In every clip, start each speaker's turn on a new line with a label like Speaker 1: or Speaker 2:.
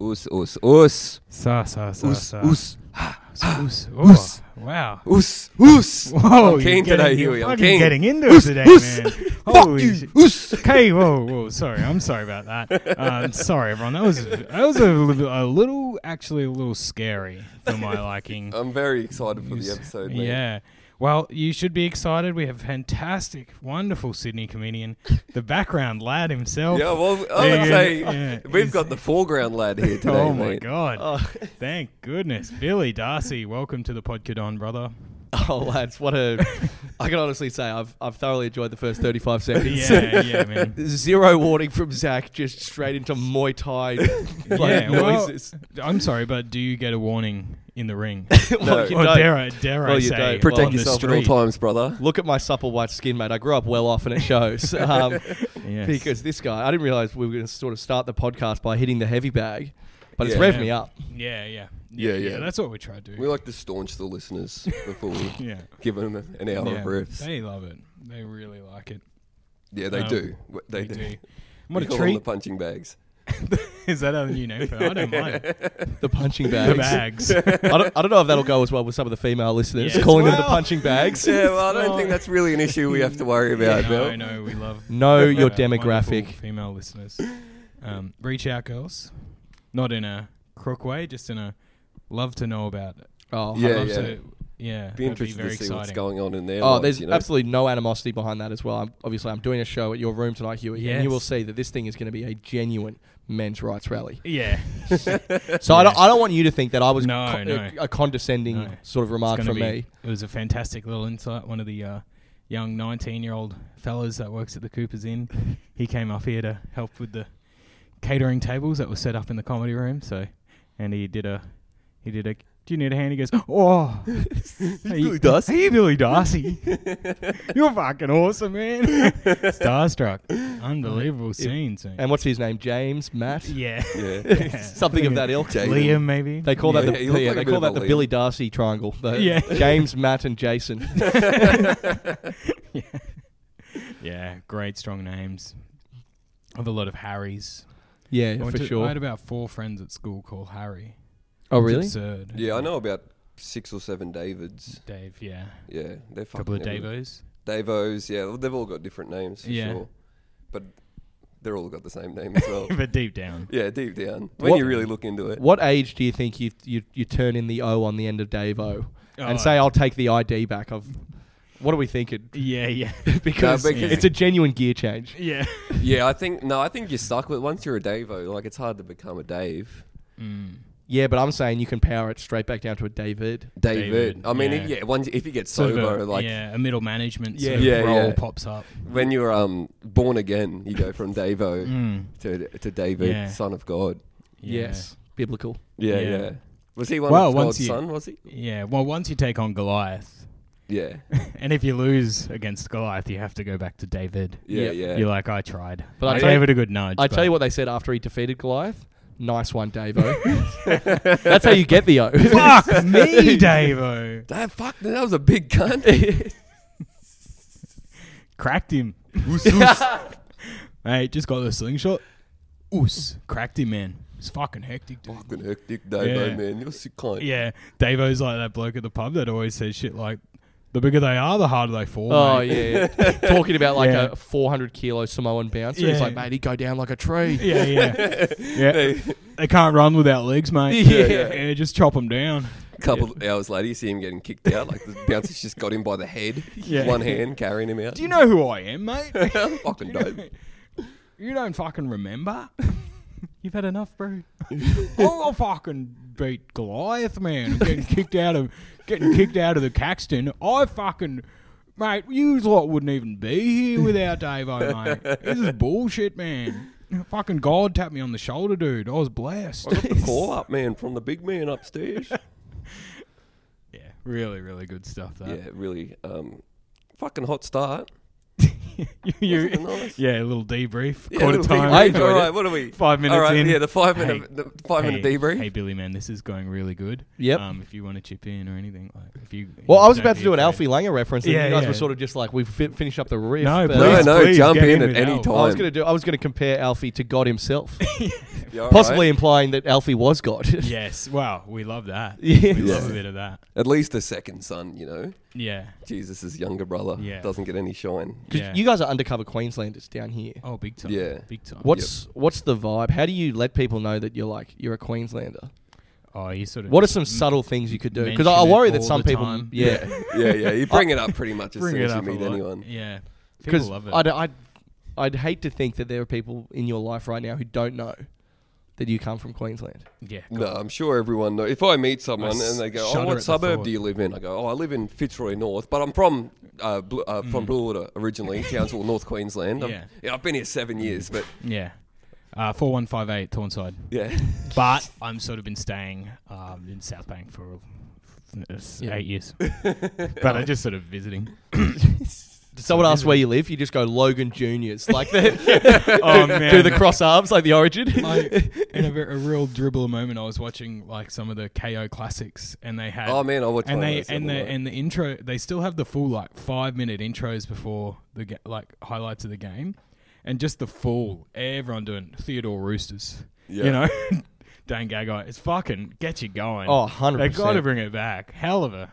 Speaker 1: Us, us, us.
Speaker 2: Sa, sa, sa,
Speaker 1: Us,
Speaker 2: sa.
Speaker 1: us,
Speaker 2: Us, oh,
Speaker 1: Us.
Speaker 2: Wow.
Speaker 1: us, us.
Speaker 2: Whoa.
Speaker 1: I'm
Speaker 2: you're
Speaker 1: keen
Speaker 2: getting-
Speaker 1: today,
Speaker 2: you're
Speaker 1: Huey, I'm
Speaker 2: fucking
Speaker 1: keen.
Speaker 2: getting into it
Speaker 1: Us,
Speaker 2: today,
Speaker 1: us.
Speaker 2: man.
Speaker 1: Fuck
Speaker 2: Holy
Speaker 1: you,
Speaker 2: shit.
Speaker 1: us.
Speaker 2: Okay, whoa, whoa, sorry, I'm sorry about that. Um, sorry, everyone. That was that was a, little- a little, actually, a little scary for my liking.
Speaker 1: I'm very excited for the
Speaker 2: Yes.
Speaker 1: episode, man.
Speaker 2: Yeah. Well, you should be excited. We have a fantastic, wonderful Sydney comedian, the background lad himself.
Speaker 1: Yeah, well, I
Speaker 2: Yeah,
Speaker 1: would say
Speaker 2: yeah.
Speaker 1: we've got the foreground lad here today,
Speaker 2: oh my
Speaker 1: mate.
Speaker 2: god!
Speaker 3: Oh,
Speaker 2: Thank goodness, Billy Darcy. Welcome to the Podcadon, brother.
Speaker 3: oh, lads, what a! I can honestly say I've I've thoroughly enjoyed the first thirty five seconds.
Speaker 2: Yeah, yeah, man.
Speaker 3: Zero warning from Zach, just straight into Muay Thai like,
Speaker 2: Yeah, well-
Speaker 3: noises.
Speaker 2: I'm sorry, but do you get a warning in the ring?
Speaker 3: Well, you
Speaker 2: or
Speaker 3: don't.
Speaker 2: dare I dare I
Speaker 3: Well, you
Speaker 2: say
Speaker 3: don't.
Speaker 1: Protect
Speaker 3: Well, on the
Speaker 1: yourself at all times, brother.
Speaker 3: Look at my supple white skin, mate. I grew up well off, and it shows. Um,
Speaker 2: Yes.
Speaker 3: Because this guy, I didn't realize we were going to sort of start the podcast by hitting the heavy bag, but it's
Speaker 1: Yeah.
Speaker 3: revved me up.
Speaker 2: Yeah, yeah,
Speaker 1: Yeah, yeah.
Speaker 2: That's what we try to do.
Speaker 1: We like to staunch the listeners before we
Speaker 2: yeah,
Speaker 1: give them an hour
Speaker 2: yeah.
Speaker 1: of riffs.
Speaker 2: They love it. They really like it.
Speaker 1: yeah, they
Speaker 2: um,
Speaker 1: do. W- They, do.
Speaker 2: What
Speaker 1: we
Speaker 2: a
Speaker 1: call them
Speaker 2: treat!
Speaker 1: the punching bags.
Speaker 2: Is that our new name? For it? I don't mind it.
Speaker 3: The punching
Speaker 2: the
Speaker 3: bags.
Speaker 2: bags.
Speaker 3: I, don't, I don't know if that'll go as well with some of the female listeners
Speaker 2: Yes.
Speaker 3: calling them the
Speaker 2: Well-
Speaker 3: punching bags.
Speaker 1: Yeah, well, I
Speaker 2: Oh.
Speaker 1: don't think that's really an issue we have to worry about, Mel.
Speaker 2: no, no, we love.
Speaker 3: Know
Speaker 2: we love
Speaker 3: your
Speaker 2: our wonderful
Speaker 3: demographic.
Speaker 2: Female listeners, um, reach out, girls. Not in a crook way, just in a love to know about it.
Speaker 3: Oh,
Speaker 1: Yeah,
Speaker 2: love
Speaker 1: yeah.
Speaker 2: To,
Speaker 1: Be
Speaker 2: yeah. that'd
Speaker 1: interested to see
Speaker 2: very
Speaker 1: what's
Speaker 2: exciting.
Speaker 1: going on in there.
Speaker 3: Oh, there's
Speaker 1: you know?
Speaker 3: absolutely no animosity behind that as well. I'm, obviously, I'm doing a show at your room tonight, Huey, and you
Speaker 2: Yes.
Speaker 3: will see that this thing is going to be a genuine men's rights rally.
Speaker 2: Yeah,
Speaker 3: So I,
Speaker 2: Yeah.
Speaker 3: don't, I don't want you to think that I was
Speaker 2: No,
Speaker 3: co-
Speaker 2: no.
Speaker 3: A, a condescending
Speaker 2: No.
Speaker 3: sort of remark
Speaker 2: It's gonna
Speaker 3: from
Speaker 2: be-
Speaker 3: me.
Speaker 2: It was a fantastic little insight. One of the uh, young 19 year old fellas that works at the Cooper's Inn, he came up here to help with the catering tables that were set up in the comedy room. So, and he did a, he did a. Do you need a hand? He goes, oh,
Speaker 3: Billy Darcy?
Speaker 2: Hey, Billy Darcy, you're fucking awesome, man. Starstruck, unbelievable scenes. man.
Speaker 3: And what's his name? James, Matt,
Speaker 2: yeah,
Speaker 1: Yeah.
Speaker 3: something of that ilk.
Speaker 1: Jaden.
Speaker 2: Liam, maybe
Speaker 3: They call
Speaker 1: Yeah,
Speaker 3: that the,
Speaker 1: he looked
Speaker 3: yeah,
Speaker 1: like a
Speaker 3: they
Speaker 1: bit
Speaker 3: call
Speaker 1: of a
Speaker 3: that the
Speaker 1: Liam.
Speaker 3: Billy Darcy triangle. The
Speaker 2: Yeah.
Speaker 3: James, Matt, and Jason.
Speaker 2: yeah, great strong names. Of a lot of Harrys.
Speaker 3: Yeah,
Speaker 2: I went
Speaker 3: for
Speaker 2: to- I
Speaker 3: sure.
Speaker 2: had about four friends at school called Harry.
Speaker 3: Oh,
Speaker 2: It's
Speaker 3: really?
Speaker 2: absurd.
Speaker 1: Yeah, I know about six or seven Davids.
Speaker 2: Dave, yeah.
Speaker 1: Yeah, they're fucking
Speaker 2: couple of
Speaker 1: everywhere.
Speaker 2: Davos.
Speaker 1: Davos, yeah, well, they've all got different names for
Speaker 2: Yeah.
Speaker 1: sure, but they're all got the same name as well.
Speaker 2: but deep down.
Speaker 1: yeah, deep down, when
Speaker 3: What-
Speaker 1: you really look into it,
Speaker 3: What age do you think you you, you turn in the O on the end of Dave O and
Speaker 2: Oh,
Speaker 3: say I'll take the ID back? I've what are we thinking?
Speaker 2: Yeah, yeah.
Speaker 3: because,
Speaker 1: No, because-
Speaker 3: it's a genuine gear change.
Speaker 2: yeah.
Speaker 1: yeah, I think no, I think you're stuck with once you're a Davo, like it's hard to become a Dave.
Speaker 2: Mm.
Speaker 3: Yeah, but I'm saying you can power it straight back down to a David.
Speaker 1: David.
Speaker 2: David,
Speaker 1: I mean,
Speaker 2: yeah.
Speaker 1: if- yeah, once if you get
Speaker 2: Sort of
Speaker 1: sober,
Speaker 2: a,
Speaker 1: like
Speaker 2: yeah, a middle management
Speaker 3: Yeah.
Speaker 2: sort of
Speaker 1: Yeah,
Speaker 2: role
Speaker 1: yeah.
Speaker 2: pops up.
Speaker 1: when you're um born again, you go from Davo
Speaker 2: Mm.
Speaker 1: to to David,
Speaker 2: Yeah.
Speaker 1: son of God.
Speaker 3: Yes, biblical.
Speaker 1: Yeah, yeah.
Speaker 2: Yeah.
Speaker 1: Was he one
Speaker 2: Well,
Speaker 1: of
Speaker 2: once
Speaker 1: God's
Speaker 2: you-
Speaker 1: son? Was he?
Speaker 2: Yeah. Well, once you take on Goliath,
Speaker 1: Yeah,
Speaker 2: and if you lose against Goliath, you have to go back to David.
Speaker 1: yeah,
Speaker 3: Yep.
Speaker 1: yeah.
Speaker 2: You're like, I tried.
Speaker 3: But I
Speaker 2: I
Speaker 3: tell you-
Speaker 2: gave it a good nudge.
Speaker 3: I tell you what they said after he defeated Goliath. Nice one, Davo. That's how you get the O.
Speaker 2: Fuck me, Davo.
Speaker 1: That fuck, that was a big cunt.
Speaker 2: Cracked him. Oos, oos. Mate, just got the slingshot. Oos. Cracked him, man. It's fucking hectic, dude.
Speaker 1: fucking hectic Davo,
Speaker 2: Yeah.
Speaker 1: man. You're sick cunt.
Speaker 2: Yeah, Davo's like that bloke at the pub that always says shit like, "The bigger they are, the harder they fall."
Speaker 3: Oh
Speaker 2: mate."
Speaker 3: yeah, yeah. talking about like
Speaker 2: Yeah.
Speaker 3: a 400 kilo Samoan bouncer. He's
Speaker 2: Yeah.
Speaker 3: like, mate, he'd go down like a tree.
Speaker 2: yeah, yeah, yeah. they can't run without legs, mate.
Speaker 3: Yeah.
Speaker 2: yeah just chop them down.
Speaker 1: couple hours later, you see him getting kicked out. Like the bouncer's just got him by the head,
Speaker 2: Yeah.
Speaker 1: one hand carrying him out.
Speaker 2: Do you know who I am, mate?
Speaker 1: fucking dope.
Speaker 2: you don't fucking remember. You've had enough, bro. I'll fucking beat Goliath, man. Getting kicked out of getting kicked out of the Caxton. I fucking mate, you lot wouldn't even be here without Davo, mate. This is bullshit, man. Fucking God tapped me on the shoulder, dude. I was blessed.
Speaker 1: I got the call up, man, from the big man upstairs.
Speaker 2: Yeah, really, really good stuff. That
Speaker 1: yeah, really. Um, fucking hot start.
Speaker 2: you, you,
Speaker 1: Wasn't it nice?
Speaker 2: yeah, a little debrief.
Speaker 1: Yeah,
Speaker 2: quarter
Speaker 1: little
Speaker 2: time.
Speaker 1: debrief.
Speaker 3: I enjoyed
Speaker 1: All
Speaker 3: it.
Speaker 1: right, what are we?
Speaker 2: Five minutes
Speaker 1: All right,
Speaker 2: in.
Speaker 1: yeah, the five
Speaker 2: Hey,
Speaker 1: minute, the five minute
Speaker 2: hey,
Speaker 1: debrief.
Speaker 2: Hey, Billy, man, this is going really good.
Speaker 3: Yep.
Speaker 2: Um, if you want to chip in or anything, like if you.
Speaker 3: Well, I was
Speaker 2: don't
Speaker 3: about to
Speaker 2: be
Speaker 3: do an
Speaker 2: afraid.
Speaker 3: Alfie Langer reference, and
Speaker 2: Yeah,
Speaker 3: you guys
Speaker 2: yeah.
Speaker 3: were sort of just like we fi- finish up the riff.
Speaker 2: No,
Speaker 3: but-
Speaker 1: no,
Speaker 2: please,
Speaker 1: no,
Speaker 2: please
Speaker 1: jump
Speaker 2: get
Speaker 1: in
Speaker 2: in
Speaker 1: at
Speaker 2: with
Speaker 1: any
Speaker 2: Alf.
Speaker 1: time.
Speaker 2: I
Speaker 3: I was gonna do. I was gonna compare Alfie to God himself,
Speaker 1: Yeah, all
Speaker 3: possibly
Speaker 1: right.
Speaker 3: implying that Alfie was God.
Speaker 2: Yes. Wow, we love that.
Speaker 3: Yeah.
Speaker 2: We love
Speaker 1: Yeah.
Speaker 2: a bit of that.
Speaker 1: at least the second son. You know,
Speaker 2: Yeah.
Speaker 1: Jesus' younger brother
Speaker 2: Yeah.
Speaker 1: doesn't get any shine.
Speaker 3: 'Cause
Speaker 2: Yeah.
Speaker 3: you guys are undercover Queenslanders down here.
Speaker 2: Oh, big time.
Speaker 1: Yeah.
Speaker 2: Big time.
Speaker 3: What's what's the vibe? How do you let people know that you're like you're a Queenslander?
Speaker 2: Oh, you sort of.
Speaker 3: What are
Speaker 2: just
Speaker 3: some
Speaker 2: m-
Speaker 3: subtle things you could do? Because
Speaker 2: mention
Speaker 3: I, I
Speaker 2: it
Speaker 3: worry that
Speaker 2: all
Speaker 3: some
Speaker 2: the
Speaker 3: people,
Speaker 2: time.
Speaker 3: yeah,
Speaker 1: Yeah, yeah. You bring it up pretty much as
Speaker 2: Bring
Speaker 1: soon
Speaker 2: it
Speaker 1: as you
Speaker 2: up a
Speaker 1: meet
Speaker 2: lot.
Speaker 1: anyone.
Speaker 2: Yeah. People
Speaker 3: because
Speaker 2: love it.
Speaker 3: I'd, I'd I'd hate to think that there are people in your life right now who don't know that you come from Queensland.
Speaker 2: yeah.
Speaker 1: No, I'm sure everyone knows. If I meet someone
Speaker 2: I
Speaker 1: and they go, "Oh,
Speaker 2: shudder at
Speaker 1: what
Speaker 2: the
Speaker 1: suburb
Speaker 2: thought."
Speaker 1: do you live in?" I go, "Oh, I live in Fitzroy North, but I'm from uh, Blu uh, from Bluewater originally, Townsville, North Queensland. I'm-
Speaker 2: Mm. Yeah.
Speaker 1: yeah, I've been here seven years, but
Speaker 2: Yeah. Uh, 4158 Thornside.
Speaker 1: yeah,
Speaker 2: But I'm sort of been staying um, in South Bank for uh, s-
Speaker 3: Yeah.
Speaker 2: eight years. but I'm just sort of visiting.
Speaker 3: Someone asks where you live, you just go Logan Juniors, like the,
Speaker 2: oh, man.
Speaker 3: do the cross arms, like the origin.
Speaker 2: I, in a, ver- a real dribbler moment, I was watching like some of the KO classics, and they had
Speaker 1: Oh, man, I watched
Speaker 2: Uh, and
Speaker 1: one of
Speaker 2: they
Speaker 1: those the
Speaker 2: and the
Speaker 1: other night.
Speaker 2: and the intro. They still have the full like five minute intros before the ga- like highlights of the game, and just the full everyone doing Theodore Roosters,
Speaker 1: Yeah.
Speaker 2: you know, Dane Gagai. It's fucking get you going.
Speaker 3: Oh, 100%.
Speaker 2: they got to bring it back. Hell of a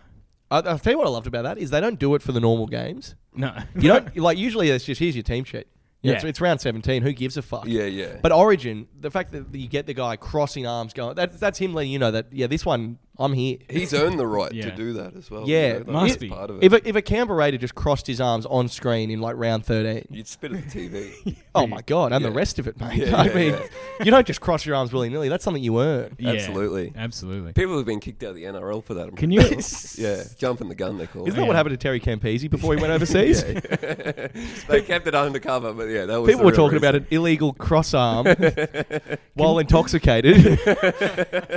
Speaker 3: I, I'll tell you what I loved about that is they don't do it for the normal games.
Speaker 2: no.
Speaker 3: You don't like usually it's just here's your team sheet. yeah, it's,
Speaker 2: Yeah.
Speaker 3: it's round seventeen. Who gives a fuck?
Speaker 1: yeah, yeah.
Speaker 3: But Origin, the fact that you get the guy crossing arms going, that's that's him letting you know that, yeah, this one, I'm here.
Speaker 1: he's earned the right to
Speaker 2: Yeah.
Speaker 1: do that as well.
Speaker 3: Yeah,
Speaker 1: you know,
Speaker 2: must
Speaker 1: that's
Speaker 2: be.
Speaker 1: part of it.
Speaker 3: If a, if a Canberra Raider just crossed his arms on screen in like round 13,
Speaker 1: You'd spit at the TV.
Speaker 3: oh my God, and the
Speaker 1: Yeah.
Speaker 3: rest of it, mate.
Speaker 1: Yeah,
Speaker 3: I
Speaker 1: yeah,
Speaker 3: mean,
Speaker 1: yeah.
Speaker 3: you don't just cross your arms willy nilly. That's something you earn.
Speaker 2: Yeah,
Speaker 1: Absolutely.
Speaker 2: absolutely.
Speaker 1: People have been kicked out of the NRL for that. I'm
Speaker 2: Can
Speaker 1: pretty
Speaker 2: you?
Speaker 1: sure. Yeah, jumping the gun. They call
Speaker 3: Isn't
Speaker 1: it.
Speaker 3: that what
Speaker 2: Yeah.
Speaker 3: happened to Terry Campese before he went overseas?
Speaker 1: They kept it undercover, but yeah, that was.
Speaker 3: People
Speaker 1: the
Speaker 3: were
Speaker 1: real
Speaker 3: talking about
Speaker 1: reason.
Speaker 3: an illegal cross arm while intoxicated,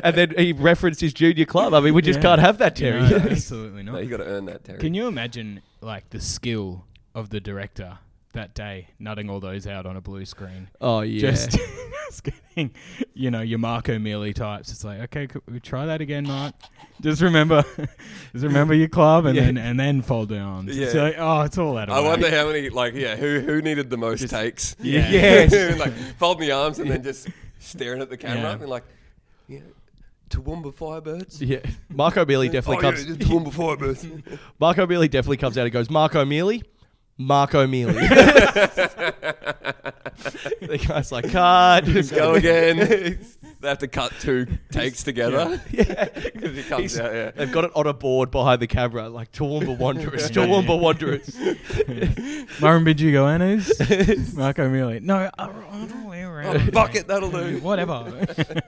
Speaker 3: and then he referenced his junior club. I mean, we just
Speaker 2: Yeah.
Speaker 3: can't have that,
Speaker 2: You
Speaker 3: Terry.
Speaker 2: know, absolutely
Speaker 1: No,
Speaker 2: not.
Speaker 1: you got to earn that, Terry.
Speaker 2: Can you imagine like the skill of the director that day, nutting all those out on a blue screen?
Speaker 3: oh yeah,
Speaker 2: Just, just getting, you know, your Marco Mealy types. It's like, okay, could we try that again, Mark. Just remember, just remember your club, and
Speaker 3: Yeah.
Speaker 2: then and then fold down. Yeah.
Speaker 1: Yeah.
Speaker 2: oh, it's all out of
Speaker 1: I
Speaker 2: whack.
Speaker 1: wonder how many like yeah who who needed the most takes.
Speaker 2: Yeah.
Speaker 3: Yes.
Speaker 1: like folding the arms and then just staring at the camera
Speaker 2: Yeah.
Speaker 1: and like, yeah, Toowoomba Firebirds.
Speaker 3: yeah. Marco Mealy
Speaker 1: Oh,
Speaker 3: definitely
Speaker 1: yeah,
Speaker 3: comes.
Speaker 1: the Toowoomba Firebirds.
Speaker 3: Marco Mealy definitely comes out and goes, Marco Mealy, Marco Mealy. the guy's like, cut.
Speaker 1: Let's go again. they have to cut two takes together.
Speaker 3: Yeah.
Speaker 1: Because it comes
Speaker 3: He's-
Speaker 1: out, yeah.
Speaker 3: They've got it on a board behind the camera, like Toowoomba Wanderers,
Speaker 2: Yeah.
Speaker 3: Toowoomba Wanderers.
Speaker 2: Murrumbidgee Goannas, Marco Mealy. No, I I don't know around.
Speaker 1: Fuck it, that'll do.
Speaker 2: Whatever.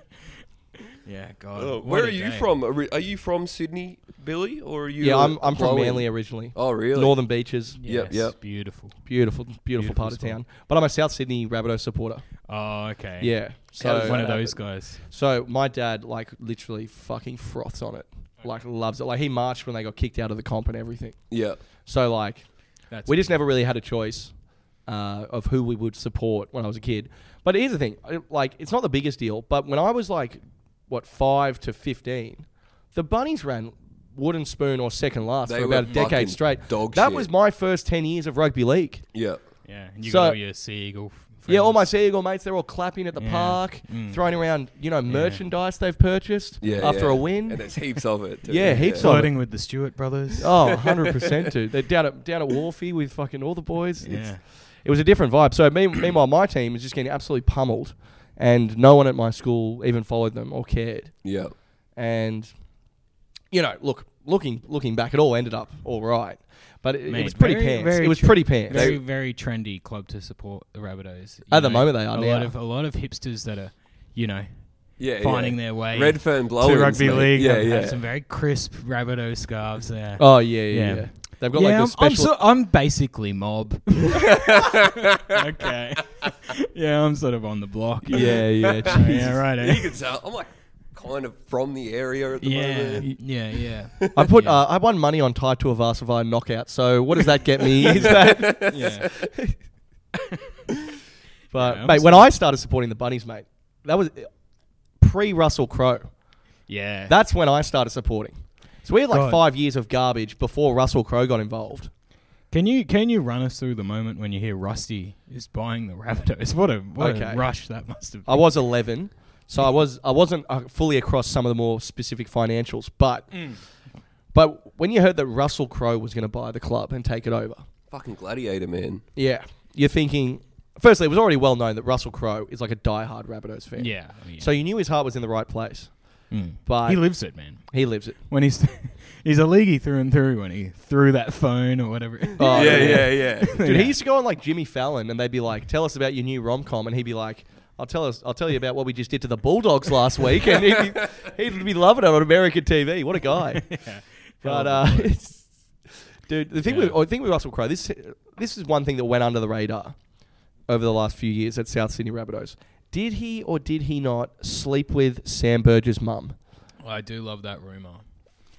Speaker 2: yeah, God.
Speaker 1: Oh,
Speaker 2: what
Speaker 1: where
Speaker 2: a
Speaker 1: are you
Speaker 2: day.
Speaker 1: from? Are we- are you from Sydney, Billy, or are you?
Speaker 3: Yeah,
Speaker 1: uh,
Speaker 3: I'm, I'm from
Speaker 1: Chloe?
Speaker 3: Manly originally.
Speaker 1: Oh, really?
Speaker 3: Northern Beaches.
Speaker 1: Yep,
Speaker 2: Yes,
Speaker 1: yep.
Speaker 2: Beautiful.
Speaker 3: Beautiful, beautiful,
Speaker 2: Beautiful
Speaker 3: part of
Speaker 2: spot.
Speaker 3: town. But I'm a South Sydney Rabbitoh supporter.
Speaker 2: Oh, okay.
Speaker 3: Yeah.
Speaker 1: How does
Speaker 3: So
Speaker 2: one
Speaker 1: that
Speaker 2: of those
Speaker 1: happen?
Speaker 2: guys.
Speaker 3: So my dad like literally fucking froths on it. Like loves it. Like he marched when they got kicked out of the comp and everything.
Speaker 1: Yeah.
Speaker 3: So like
Speaker 2: That's
Speaker 3: we just never really had a choice uh, of who we would support when I was a kid. But here's the thing, I- like it's not the biggest deal, but when I was like what five to fifteen, the bunnies ran wooden spoon or second last
Speaker 1: They
Speaker 3: for
Speaker 1: were
Speaker 3: about a
Speaker 1: fucking
Speaker 3: decade straight.
Speaker 1: dog
Speaker 3: that
Speaker 1: shit.
Speaker 3: was my first ten years of rugby league.
Speaker 1: Yeah.
Speaker 2: yeah. And you
Speaker 3: So-
Speaker 2: got all your seagull. Friends.
Speaker 3: Yeah, all my Sea Eagle mates, they're all clapping at the
Speaker 2: Yeah.
Speaker 3: park,
Speaker 2: Mm.
Speaker 3: throwing around, you know, merchandise they've purchased
Speaker 1: Yeah.
Speaker 3: after
Speaker 1: yeah.
Speaker 3: a win.
Speaker 1: And there's heaps of it. Too.
Speaker 3: Yeah, heaps of
Speaker 2: flirting with the Stewart brothers.
Speaker 3: Oh, 100% dude. They're down at down at Wharfie with fucking all the boys. It's-
Speaker 2: Yeah.
Speaker 3: It was a different vibe. So me, meanwhile my team is just getting absolutely pummeled and no one at my school even followed them or cared.
Speaker 1: Yeah.
Speaker 3: And you know, look, looking looking back it all ended up all right. But it, it
Speaker 2: Mate,
Speaker 3: was pretty
Speaker 2: very-
Speaker 3: pants.
Speaker 2: very
Speaker 3: it was
Speaker 2: tr-
Speaker 3: pretty pants.
Speaker 2: Very, very trendy club to support the Rabbitohs. You
Speaker 3: At the moment they are
Speaker 2: a
Speaker 3: now.
Speaker 2: lot of a lot of hipsters that are, you know,
Speaker 1: Yeah.
Speaker 2: finding
Speaker 1: yeah.
Speaker 2: their way
Speaker 1: Redfern
Speaker 2: to
Speaker 1: blowing
Speaker 2: rugby league.
Speaker 1: Yeah,
Speaker 2: have- have
Speaker 1: yeah.
Speaker 2: some very crisp Rabbitoh scarves there.
Speaker 3: oh yeah, yeah,
Speaker 2: Yeah.
Speaker 3: yeah. They've got
Speaker 2: yeah,
Speaker 3: like the
Speaker 2: I'm, I'm,
Speaker 3: special
Speaker 2: so, I'm basically mob. okay. Yeah, I'm sort of on the block.
Speaker 3: Yeah, yeah.
Speaker 2: Yeah, right. eh?
Speaker 1: You can tell. I'm like, kind of from the area at the
Speaker 2: Yeah,
Speaker 1: moment.
Speaker 2: yeah, yeah.
Speaker 3: I put
Speaker 2: Yeah.
Speaker 3: uh, I won money on Tai Tuivasa-Vai knockout. So what does that get me? Is that?
Speaker 2: yeah.
Speaker 3: But
Speaker 2: Yeah,
Speaker 3: mate, when I started supporting the bunnies, mate, that was pre Russell Crowe.
Speaker 2: Yeah.
Speaker 3: That's when I started supporting. So we had like
Speaker 2: Right.
Speaker 3: five years of garbage before Russell Crowe got involved.
Speaker 2: Can you can you run us through the moment when you hear Rusty is buying the Rabbitohs? What a what
Speaker 3: Okay.
Speaker 2: a rush that must have.
Speaker 3: I
Speaker 2: Been.
Speaker 3: was 11, so I was I wasn't uh, fully across some of the more specific financials, but but when you heard that Russell Crowe was going to buy the club and take it over,
Speaker 1: Fucking gladiator, man.
Speaker 3: yeah, you're thinking. Firstly, it was already well known that Russell Crowe is like a diehard Rabbitohs fan.
Speaker 2: yeah. yeah.
Speaker 3: So you knew his heart was in the right place,
Speaker 2: Mm.
Speaker 3: but
Speaker 2: he
Speaker 3: he,
Speaker 2: lives it, man.
Speaker 3: lives it.
Speaker 2: When he's he's a leaguey through and through. When he threw that phone or whatever.
Speaker 3: Oh,
Speaker 1: yeah, yeah,
Speaker 3: yeah.
Speaker 1: yeah.
Speaker 3: Dude, he used to go on like Jimmy Fallon, and they'd be like, "Tell us about your new rom com," and he'd be like, "I'll tell us, I'll tell you about what we just did to the Bulldogs last week," and he'd be, he'd be loving it on American TV. What a guy!
Speaker 1: Oh,
Speaker 3: but uh, it's- dude, the thing
Speaker 2: Yeah.
Speaker 3: with I think with Russell Crowe, this this is one thing that went under the radar over the last few years at South Sydney Rabbitohs. Did he or did he not sleep with Sam Burge's mum?
Speaker 2: I do love that rumor.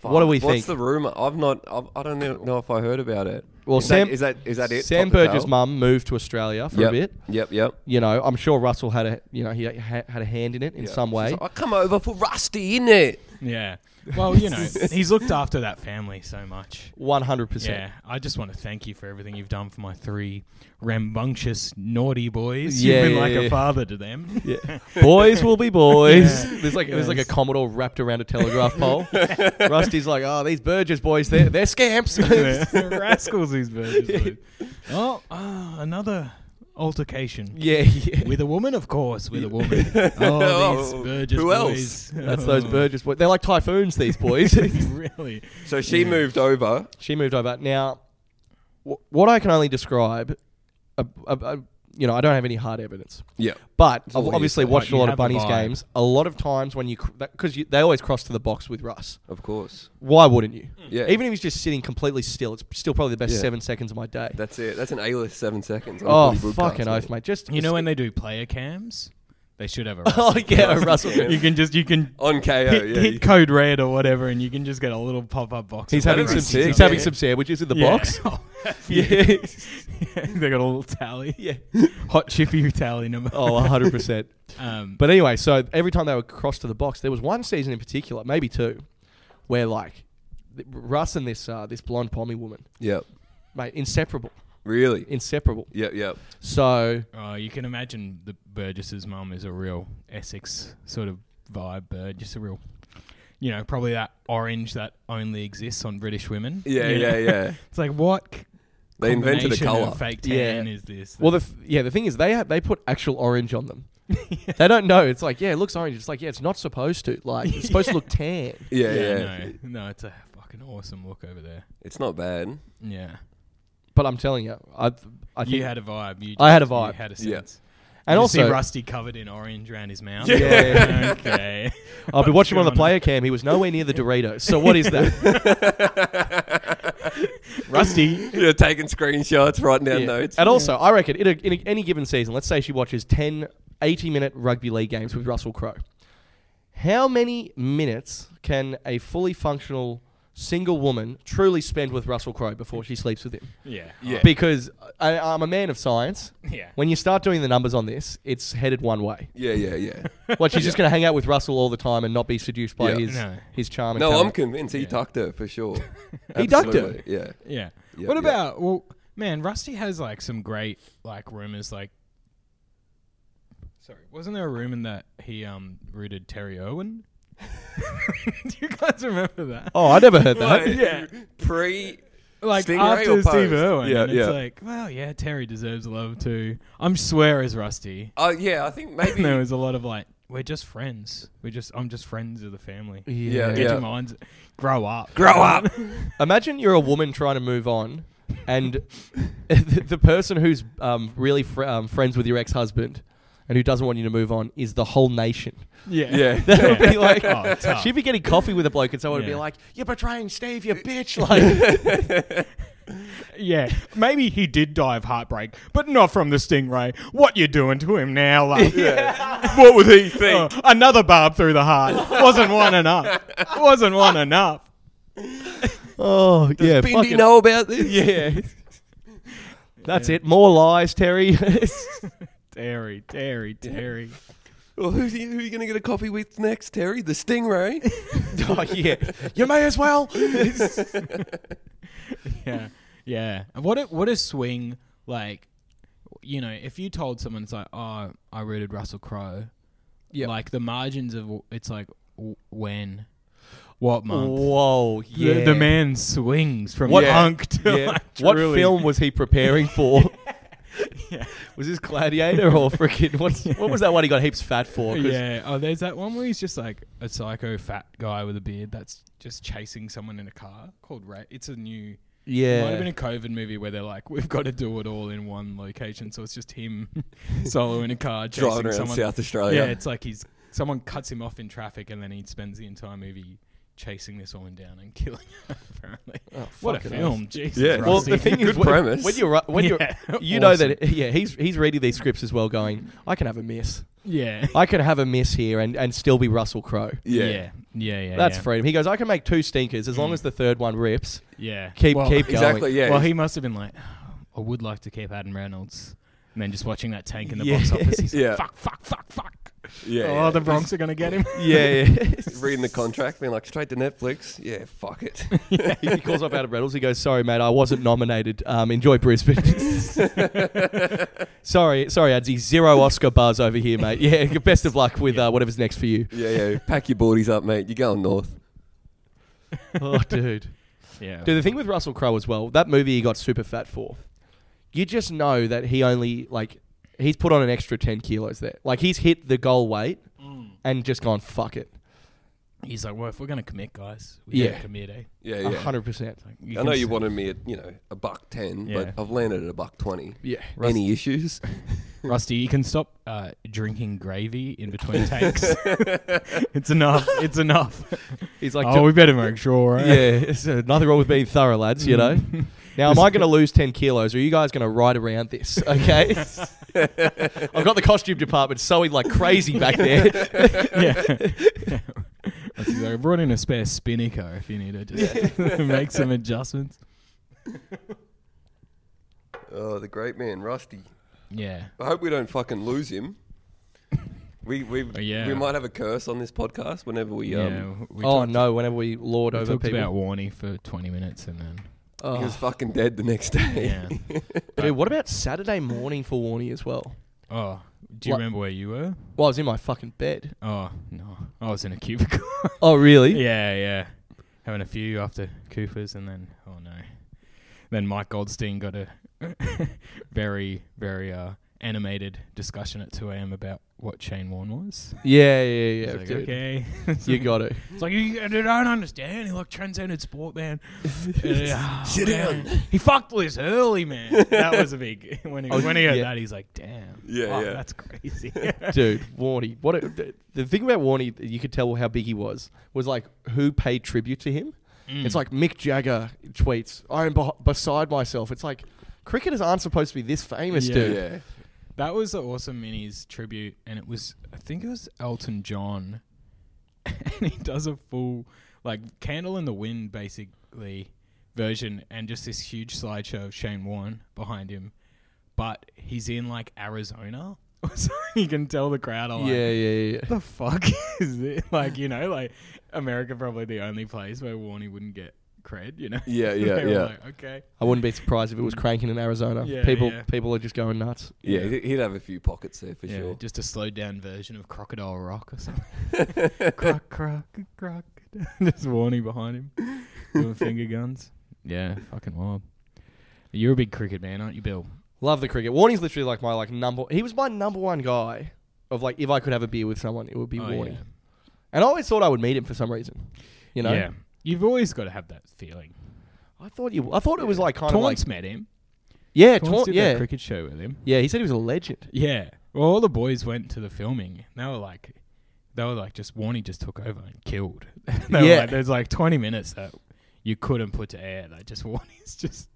Speaker 1: Fuck,
Speaker 3: What do we
Speaker 1: What's
Speaker 3: think?
Speaker 1: the rumor? I've not. I've, I don't know- know if I heard about it.
Speaker 3: Well,
Speaker 1: is
Speaker 3: Sam
Speaker 1: that, is that is that it?
Speaker 3: Sam
Speaker 1: Top the
Speaker 3: Burge's
Speaker 1: tail?
Speaker 3: mum moved to Australia for
Speaker 1: Yep.
Speaker 3: a bit.
Speaker 1: Yep, yep.
Speaker 3: You know, I'm sure Russell had a you know he ha- had a hand in it in
Speaker 1: Yeah.
Speaker 3: some way.
Speaker 1: She's like, I come over for Rusty, innit?
Speaker 2: Yeah. Well, you know, he's looked after that family so much.
Speaker 3: One hundred percent.
Speaker 2: Yeah, I just want to thank you for everything you've done for my three rambunctious, naughty boys.
Speaker 3: Yeah,
Speaker 2: You've been
Speaker 3: yeah,
Speaker 2: like
Speaker 3: yeah.
Speaker 2: a father to them.
Speaker 3: Boys will be boys.
Speaker 2: Yeah.
Speaker 3: There's like there's like a
Speaker 2: Yes.
Speaker 3: Commodore wrapped around a telegraph pole. Rusty's like, oh, these Burgess boys, they're they're scamps.
Speaker 2: They're rascals, these birds. oh, ah, another altercation.
Speaker 3: yeah, yeah.
Speaker 2: With a woman, of course, with a woman. Oh,
Speaker 1: Oh,
Speaker 2: these Burgess
Speaker 1: who else?
Speaker 2: boys.
Speaker 3: That's those
Speaker 2: Oh,
Speaker 3: Burgess boys. They're like typhoons. These boys.
Speaker 2: really?
Speaker 1: So she moved over.
Speaker 3: she moved over. Now, wh- what I can only describe, uh, uh, uh, you know, I don't have any hard evidence.
Speaker 1: Yeah.
Speaker 3: But
Speaker 1: all
Speaker 3: I've
Speaker 1: you
Speaker 3: obviously
Speaker 1: say.
Speaker 3: watched
Speaker 2: Like, you
Speaker 3: a lot of
Speaker 2: have the
Speaker 3: Bunnies
Speaker 2: vibe.
Speaker 3: games. A lot of times when you because you they always cross to the box with Russ.
Speaker 1: Of course.
Speaker 3: Why wouldn't you?
Speaker 2: Mm.
Speaker 1: Yeah.
Speaker 3: Even if he's just sitting completely still, it's still probably the best
Speaker 1: Yeah.
Speaker 3: seven seconds of my day.
Speaker 1: That's it. That's an A-list seven seconds. on
Speaker 3: oh
Speaker 1: Footy Broadcast,
Speaker 3: fucking
Speaker 1: mate.
Speaker 3: oath, mate! Just
Speaker 2: You know when they do player cams? They should have a
Speaker 3: oh
Speaker 2: Russell.
Speaker 3: yeah, Russell. Oh,
Speaker 1: Yeah.
Speaker 2: You can just, you can
Speaker 1: On KO, yeah.
Speaker 2: hit, hit
Speaker 1: you-
Speaker 2: code red or whatever, and you can just get a little pop up box.
Speaker 3: He's
Speaker 2: of
Speaker 3: having some.
Speaker 2: Russell's
Speaker 1: sick,
Speaker 3: He's
Speaker 2: up
Speaker 3: having
Speaker 2: there.
Speaker 3: some sandwiches in the
Speaker 2: Yeah. Oh,
Speaker 3: box.
Speaker 2: yeah.
Speaker 3: Yeah.
Speaker 2: they got a little tally.
Speaker 3: Yeah.
Speaker 2: Hot chippy tally number.
Speaker 3: Oh, 100 percent.
Speaker 2: Um, but
Speaker 3: But anyway, so every time they would cross to the box, there was one season in particular, maybe two, where like th- Russ and this uh, this blonde pommy woman,
Speaker 1: Yep.
Speaker 3: mate, inseparable,
Speaker 1: Really.
Speaker 3: inseparable.
Speaker 1: Yep, yep.
Speaker 3: So
Speaker 2: uh, you can imagine the Burgess's mum is a real Essex sort of vibe bird, just a real, you know, probably that orange that only exists on British women.
Speaker 1: Yeah,
Speaker 2: you know?
Speaker 1: yeah, yeah.
Speaker 2: It's like what? c-
Speaker 1: They invented a
Speaker 2: combination
Speaker 1: color.
Speaker 2: of Fake
Speaker 3: Yeah.
Speaker 2: tan is this?
Speaker 3: Well, the th- yeah, the thing is, they ha- they put actual orange on them. They don't know. It's like, yeah, it looks orange. It's like, yeah, it's not supposed to. Like, it's supposed to look tan.
Speaker 1: yeah, yeah.
Speaker 2: No, no, it's a fucking awesome look over there.
Speaker 1: It's not bad.
Speaker 2: Yeah,
Speaker 3: But I'm telling you, I, I think,
Speaker 2: you had a vibe. You
Speaker 3: I had a
Speaker 2: just-
Speaker 3: vibe.
Speaker 2: You had a sense.
Speaker 1: Yeah.
Speaker 3: and
Speaker 2: You see
Speaker 3: also,
Speaker 2: Rusty covered in orange around his mouth.
Speaker 3: Yeah. Yeah.
Speaker 2: okay.
Speaker 3: I'll be
Speaker 2: What's
Speaker 3: watching one of
Speaker 2: going
Speaker 3: the player cam. He was nowhere near the Doritos. So what is that?
Speaker 2: Rusty.
Speaker 1: You're taking screenshots, writing down
Speaker 3: Yeah.
Speaker 1: notes.
Speaker 3: And also, I reckon in, a, in a, any given season, let's say she watches 10 80 minute rugby league games with Russell Crowe. How many minutes can a fully functional single woman truly spend with Russell Crowe before she sleeps with him?
Speaker 2: Yeah.
Speaker 1: Yeah.
Speaker 3: because I, I'm a man of science.
Speaker 2: Yeah.
Speaker 3: When you start doing the numbers on this, it's headed one way.
Speaker 1: Yeah, yeah, yeah.
Speaker 3: Like she's just going to hang out with Russell all the time and not be seduced by
Speaker 1: Yeah.
Speaker 3: his
Speaker 2: No.
Speaker 3: his charm. And
Speaker 1: No, I'm
Speaker 3: talent.
Speaker 1: convinced he
Speaker 2: Yeah.
Speaker 1: tucked her for sure.
Speaker 3: He ducked her.
Speaker 1: Absolutely, Yeah.
Speaker 2: Yeah.
Speaker 1: Yeah,
Speaker 2: what
Speaker 1: yeah.
Speaker 2: about well, man? Rusty has like some great like rumors. Like, sorry, wasn't there a rumor that he um rooted Terry Owen? Do you guys remember that?
Speaker 3: Oh, I never heard that.
Speaker 1: Like,
Speaker 2: Yeah.
Speaker 1: Pre.
Speaker 2: Like
Speaker 1: Stingray
Speaker 2: after
Speaker 1: or
Speaker 2: Steve
Speaker 1: Post?
Speaker 2: Irwin,
Speaker 1: Yeah,
Speaker 2: and
Speaker 1: yeah.
Speaker 2: it's like, well, yeah, Terry deserves love too. I'm swear as Rusty.
Speaker 1: Oh yeah, I think maybe.
Speaker 2: And there was a lot of like, we're just friends. We're just, I'm just friends of the family.
Speaker 1: Yeah,
Speaker 2: Get your minds, grow up,
Speaker 1: Grow up.
Speaker 3: Imagine you're a woman trying to move on, and the, the person who's um, really fr- um, friends with your ex husband and who doesn't want you to move on is the whole nation.
Speaker 2: Yeah,
Speaker 1: Yeah.
Speaker 3: That would be
Speaker 2: Yeah.
Speaker 3: like
Speaker 2: Oh, tough.
Speaker 3: she'd be getting coffee with a bloke, and someone would
Speaker 2: Yeah.
Speaker 3: be like, "You're betraying Steve, you bitch!" Like,
Speaker 2: Yeah, maybe he did die of heartbreak, but not from the stingray. What you doing to him now? Like,
Speaker 1: what would he think?
Speaker 2: uh, another barb through the heart. Wasn't one enough. Wasn't one enough.
Speaker 3: Oh, yeah.
Speaker 1: Does Bindi know about this?
Speaker 3: Yeah. That's it. More lies, Terry.
Speaker 2: Terry, Terry, Terry.
Speaker 1: Well, who, do you- who are you going to get a copy with next, Terry? The Stingray?
Speaker 3: oh, yeah. You may as well.
Speaker 2: Yeah, yeah. And what a, what a swing! Like, you know, if you told someone it's like, oh, I rooted Russell Crowe.
Speaker 3: Yep.
Speaker 2: Like the margins of it's like w- when, what month?
Speaker 3: Whoa,
Speaker 2: The-
Speaker 3: yeah.
Speaker 2: The, man swings from
Speaker 3: What-
Speaker 2: hunk to
Speaker 3: Yeah.
Speaker 2: like,
Speaker 3: what
Speaker 2: drooling.
Speaker 3: film was he preparing for? Was this Gladiator or freaking what's what was that one he got heaps fat for? 'Cause-
Speaker 2: Yeah. Oh, there's that one where he's just like a psycho fat guy with a beard that's just chasing someone in a car called Ra It's a new. It might have been
Speaker 3: yeah.
Speaker 2: a COVID movie where they're like, we've got to do it all in one location, so it's just him solo in a car chasing
Speaker 1: Driving around
Speaker 2: someone.
Speaker 1: South
Speaker 2: yeah,
Speaker 1: Australia.
Speaker 2: it's like he's someone cuts him off in traffic, and then he spends the entire movie chasing this woman down and killing her. Apparently,
Speaker 3: Oh,
Speaker 2: what a
Speaker 1: fucking
Speaker 2: film! Jesus,
Speaker 1: Yeah.
Speaker 3: Well,
Speaker 2: Rusty.
Speaker 3: the thing is,
Speaker 1: Good
Speaker 3: when,
Speaker 1: premise.
Speaker 3: when you're ru- when you're
Speaker 2: Yeah,
Speaker 3: you know
Speaker 2: awesome.
Speaker 3: that yeah he's he's reading these scripts as well, going I can have a miss,
Speaker 2: yeah,
Speaker 3: I can have a miss here and and still be Russell Crowe.
Speaker 2: yeah, yeah, yeah, yeah.
Speaker 3: That's
Speaker 2: yeah.
Speaker 3: freedom. He goes, I can make two stinkers as long as the third one rips.
Speaker 2: Yeah,
Speaker 3: Keep
Speaker 2: Well-
Speaker 3: keep going.
Speaker 1: Exactly, yeah.
Speaker 2: Well, he must have been like, I would like to keep Adam Reynolds. And then just watching that tank in the
Speaker 3: Yeah.
Speaker 2: box office, he's
Speaker 1: Yeah.
Speaker 2: like, fuck, fuck, fuck, fuck.
Speaker 1: yeah,
Speaker 2: oh,
Speaker 1: yeah.
Speaker 2: the Bronx are going to get him.
Speaker 3: Yeah, yeah.
Speaker 1: Reading the contract, being like, straight to Netflix. Yeah, fuck it.
Speaker 3: he calls up Adam Reynolds. He goes, "Sorry, mate, I wasn't nominated. Um, enjoy Brisbane. sorry, sorry, Adzi. Zero Oscar buzz over here, mate. Yeah, best of luck with uh, whatever's next for you.
Speaker 1: yeah, yeah. Pack your boardies up, mate. You're going north.
Speaker 3: Oh, dude.
Speaker 2: yeah.
Speaker 3: Dude, the thing with Russell Crowe as well, that movie he got super fat for. You just know that he only like he's put on an extra ten kilos there. Like he's hit the goal weight and just gone fuck it.
Speaker 2: He's like, well, if we're going to commit, guys, we yeah.
Speaker 3: Yeah.
Speaker 2: to commit, eh?
Speaker 1: Yeah,
Speaker 3: A
Speaker 1: yeah.
Speaker 3: hundred percent.
Speaker 2: Like,
Speaker 1: I
Speaker 2: can
Speaker 1: know you
Speaker 2: s-
Speaker 1: wanted me at, you know, a buck ten,
Speaker 2: Yeah.
Speaker 1: but I've landed at a buck twenty.
Speaker 3: Yeah.
Speaker 1: Any issues?
Speaker 2: Rusty, you can stop uh, drinking gravy in between takes. it's enough. It's enough.
Speaker 3: He's like
Speaker 2: oh, we better make sure, right? Mm.
Speaker 3: Yeah, it's, uh, nothing wrong with being thorough, lads, you know. Now, am I going to lose 10 kilos or are you guys going to ride around this? Okay. I've got the costume department sewing like crazy back there.
Speaker 2: yeah. That's exactly. I brought in a spare spinnaker if you need to just make some adjustments.
Speaker 1: Oh, the great man, Rusty.
Speaker 2: Yeah.
Speaker 1: I hope we don't fucking lose him. We we
Speaker 2: Oh, yeah.
Speaker 1: we might have a curse on this podcast whenever we um
Speaker 2: yeah. We
Speaker 3: oh,
Speaker 2: talked,
Speaker 3: no, whenever we lord
Speaker 2: we
Speaker 3: over
Speaker 2: talked about
Speaker 3: people.
Speaker 2: Warney for 20 minutes and then.
Speaker 1: he was
Speaker 3: Oh.
Speaker 1: fucking dead the next day.
Speaker 2: Yeah.
Speaker 3: Dude, what about Saturday morning for Warnie as well?
Speaker 2: oh, do you
Speaker 3: What?
Speaker 2: remember where you were?
Speaker 3: Well, I was in my fucking bed.
Speaker 2: Oh, no. I was in a cubicle.
Speaker 3: Oh, really?
Speaker 2: yeah, yeah. Having a few after Cooper's and then, oh, no. Then Mike Goldstein got a very, very uh, animated discussion at 2 a.m. about what Shane Warne was.
Speaker 3: Yeah, yeah, yeah.
Speaker 2: It's like,
Speaker 3: dude.
Speaker 2: okay.
Speaker 3: You got it.
Speaker 2: It's like, you, I don't understand. He like transcended sport, man. Sit
Speaker 1: man.
Speaker 2: He fucked Liz early, man. That was a big. When he,
Speaker 3: Oh,
Speaker 2: when he heard
Speaker 3: yeah.
Speaker 2: that, he's like, damn.
Speaker 1: Yeah,
Speaker 2: fuck,
Speaker 1: yeah.
Speaker 2: That's crazy.
Speaker 3: Dude, Warnie. What a, the, the thing about Warnie, you could tell how big he was, was like who paid tribute to him.
Speaker 2: Mm. Hmm.
Speaker 3: It's like Mick Jagger tweets, I am beh beside myself. It's like cricketers aren't supposed to be this famous,
Speaker 2: Yeah.
Speaker 3: dude.
Speaker 1: Yeah.
Speaker 2: That was the awesome minis tribute, and it was I think it was Elton John, and he does a full like Candle in the Wind basically version, and just this huge slideshow of Shane Warne behind him, but he's in like Arizona, so you can tell the crowd are like,
Speaker 3: Yeah, yeah, yeah.
Speaker 2: "What the fuck is this?" Like you know, like America probably the only place where Warney wouldn't get cred, you know?
Speaker 1: Yeah, yeah,
Speaker 2: They were
Speaker 1: yeah.
Speaker 2: like, okay,
Speaker 3: I wouldn't be surprised if it was cranking in Arizona.
Speaker 2: Yeah,
Speaker 3: people
Speaker 2: yeah.
Speaker 3: people are just going nuts.
Speaker 1: Yeah, he- he'd have a few pockets there for
Speaker 2: yeah,
Speaker 1: sure.
Speaker 2: just a slowed down version of Crocodile Rock or something. croc, croc, croc. Just warning behind him. Doing finger guns. Yeah, fucking wild. You're a big cricket man, aren't you, Bill?
Speaker 3: Love the cricket. Warnie's literally like my like number he was my number one guy of like if I could have a beer with someone, it would be Warnie.
Speaker 2: Oh, yeah.
Speaker 3: And I always thought I would meet him for some reason. You know?
Speaker 2: Yeah. You've always got to have that feeling.
Speaker 3: I thought you I thought it was like kind of like
Speaker 2: Torrance met him.
Speaker 3: Yeah,
Speaker 2: Torrance
Speaker 3: Taunt,
Speaker 2: did
Speaker 3: yeah.
Speaker 2: that cricket show with him.
Speaker 3: Yeah, he said he was a legend.
Speaker 2: Yeah. Well, all the boys went to the filming. And they were like, they were like, just Warnie just took over and killed. they were
Speaker 3: Yeah.
Speaker 2: like, there's like 20 minutes that you couldn't put to air. Like, just Warnie's just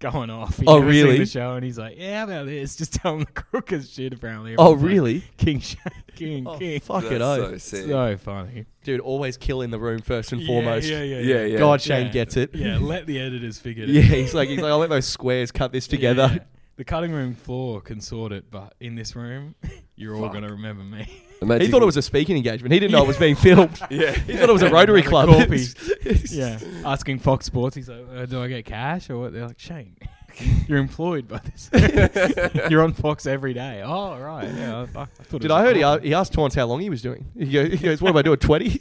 Speaker 2: going off. He'd
Speaker 3: Oh,
Speaker 2: never seen
Speaker 3: really?
Speaker 2: The show, and he's like, "Yeah, how about this?" Just telling the crookers shit. Apparently.
Speaker 3: Oh,
Speaker 2: Everyone's like,
Speaker 3: really?
Speaker 2: King, Sh- King,
Speaker 3: Oh,
Speaker 2: King.
Speaker 3: fuck it,
Speaker 1: That's
Speaker 3: oh.
Speaker 1: so sick.
Speaker 2: So funny.
Speaker 3: Dude, always kill in the room first and
Speaker 2: Yeah,
Speaker 3: foremost.
Speaker 2: Yeah, yeah,
Speaker 1: yeah, yeah.
Speaker 3: God, Shane
Speaker 2: Yeah.
Speaker 3: gets it.
Speaker 2: Yeah, let the editors figure it
Speaker 3: Yeah,
Speaker 2: out.
Speaker 3: he's like, he's like, I'll let those squares cut this together.
Speaker 2: Yeah. The cutting room floor can sort it, but in this room, you're all going to remember me.
Speaker 1: Imagine-
Speaker 3: He thought it was a speaking engagement. He didn't know it was being filmed.
Speaker 1: Yeah.
Speaker 3: He thought it was a Rotary
Speaker 2: Another
Speaker 3: Club.
Speaker 2: corpy. yeah. Asking Fox Sports, he's like, uh, do I get cash or what? They're like, Shane, you're employed by this. you're on Fox every day. Oh, right. Yeah, I, fuck, I thought
Speaker 3: Did
Speaker 2: it was
Speaker 3: I heard he,
Speaker 2: a
Speaker 3: a- he asked Torrance how long he was doing? He go- he goes, what am I doing, 20?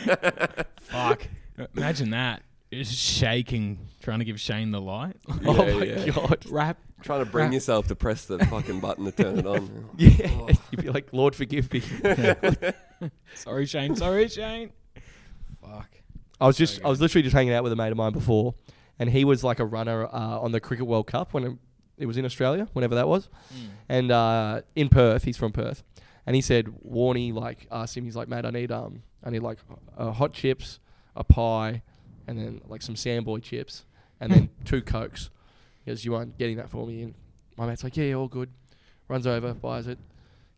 Speaker 2: Fuck. Imagine that. Just shaking, trying to give Shane the light.
Speaker 3: oh
Speaker 1: Yeah,
Speaker 3: my
Speaker 1: yeah.
Speaker 3: God.
Speaker 2: Rap.
Speaker 1: Trying to bring yourself to press the fucking button to turn it on.
Speaker 3: Yeah. You'd be like, Lord forgive me.
Speaker 2: Sorry, Shane. Sorry, Shane. Fuck.
Speaker 3: I was just, I was literally just hanging out with a mate of mine before, and he was like a runner uh, on the Cricket World Cup when it, it was in Australia, whenever that was, and uh, in Perth. He's from Perth, and he said Warney like asked him, he's like, mate, I need um, I need like uh, hot chips, a pie, and then like some Sandboy chips, and then two cokes. He goes, you aren't getting that for me, and my mate's like, yeah, yeah, all good. Runs over, buys it,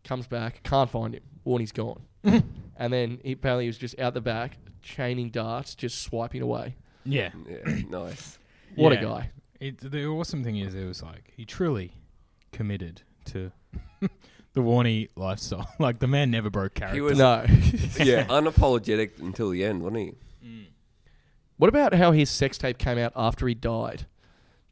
Speaker 3: comes back, can't find him. Warney's gone. And then he, apparently he was just out the back, chaining darts, just swiping away.
Speaker 2: Yeah.
Speaker 1: Yeah, nice.
Speaker 3: What
Speaker 2: Yeah.
Speaker 3: a guy.
Speaker 2: It, the awesome thing is, it was like he truly committed to the Warney lifestyle. Like the man never broke character.
Speaker 1: He was
Speaker 3: No.
Speaker 1: yeah, unapologetic until the end, wasn't he?
Speaker 3: what about how his sex tape came out after he died?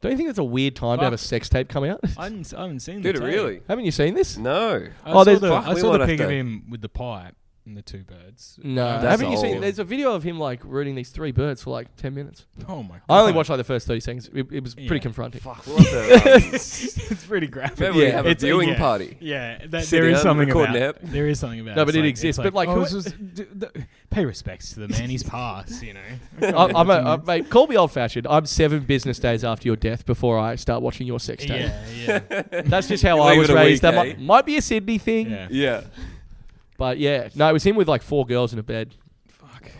Speaker 3: Don't you think that's a weird time to have a
Speaker 2: Fuck.
Speaker 3: sex tape come out?
Speaker 2: I haven't, I haven't seen
Speaker 1: Did
Speaker 2: the
Speaker 1: it
Speaker 2: tape.
Speaker 1: really?
Speaker 3: Haven't you seen this?
Speaker 1: No.
Speaker 2: I
Speaker 3: Oh,
Speaker 2: saw
Speaker 3: there's-
Speaker 2: the,
Speaker 1: Fuck,
Speaker 2: I
Speaker 1: we
Speaker 2: saw the
Speaker 1: might
Speaker 2: pic
Speaker 1: have
Speaker 2: of
Speaker 1: to-
Speaker 2: him with the pipe and the two birds.
Speaker 3: No.
Speaker 2: Uh,
Speaker 1: that's
Speaker 3: haven't you seen?
Speaker 1: old.
Speaker 3: There's a video of him like rooting these three birds for like 10 minutes.
Speaker 2: Oh my god!
Speaker 3: I only watched like the first 30 seconds. It, it was
Speaker 2: Yeah.
Speaker 3: pretty confronting.
Speaker 1: Fuck. We'll have to, um,
Speaker 2: it's pretty graphic.
Speaker 1: maybe we
Speaker 3: Yeah.
Speaker 1: have a
Speaker 2: It's-
Speaker 1: viewing
Speaker 2: yeah.
Speaker 1: party.
Speaker 2: Yeah, that,
Speaker 1: Sit
Speaker 2: there is
Speaker 1: down,
Speaker 2: something
Speaker 1: record
Speaker 2: about.
Speaker 1: an app.
Speaker 2: There is something about.
Speaker 3: No,
Speaker 2: it's
Speaker 3: but it
Speaker 2: like-
Speaker 3: exists,
Speaker 2: it's
Speaker 3: but, like,
Speaker 2: oh,
Speaker 3: who-
Speaker 2: this was- d- d- pay respects to the man. He's passed. You know.
Speaker 3: I, I'm a, uh, mate, call me old fashioned. I'm seven business days after your death before I start watching your sex tape.
Speaker 2: yeah, yeah,
Speaker 3: That's just how
Speaker 1: You
Speaker 3: I
Speaker 1: leave
Speaker 3: was
Speaker 1: it a
Speaker 3: raised.
Speaker 1: week,
Speaker 3: that might,
Speaker 1: eh?
Speaker 3: might be a Sydney thing.
Speaker 2: yeah.
Speaker 1: Yeah.
Speaker 3: But yeah, no, it was him with like four girls in a bed.
Speaker 2: Fuck.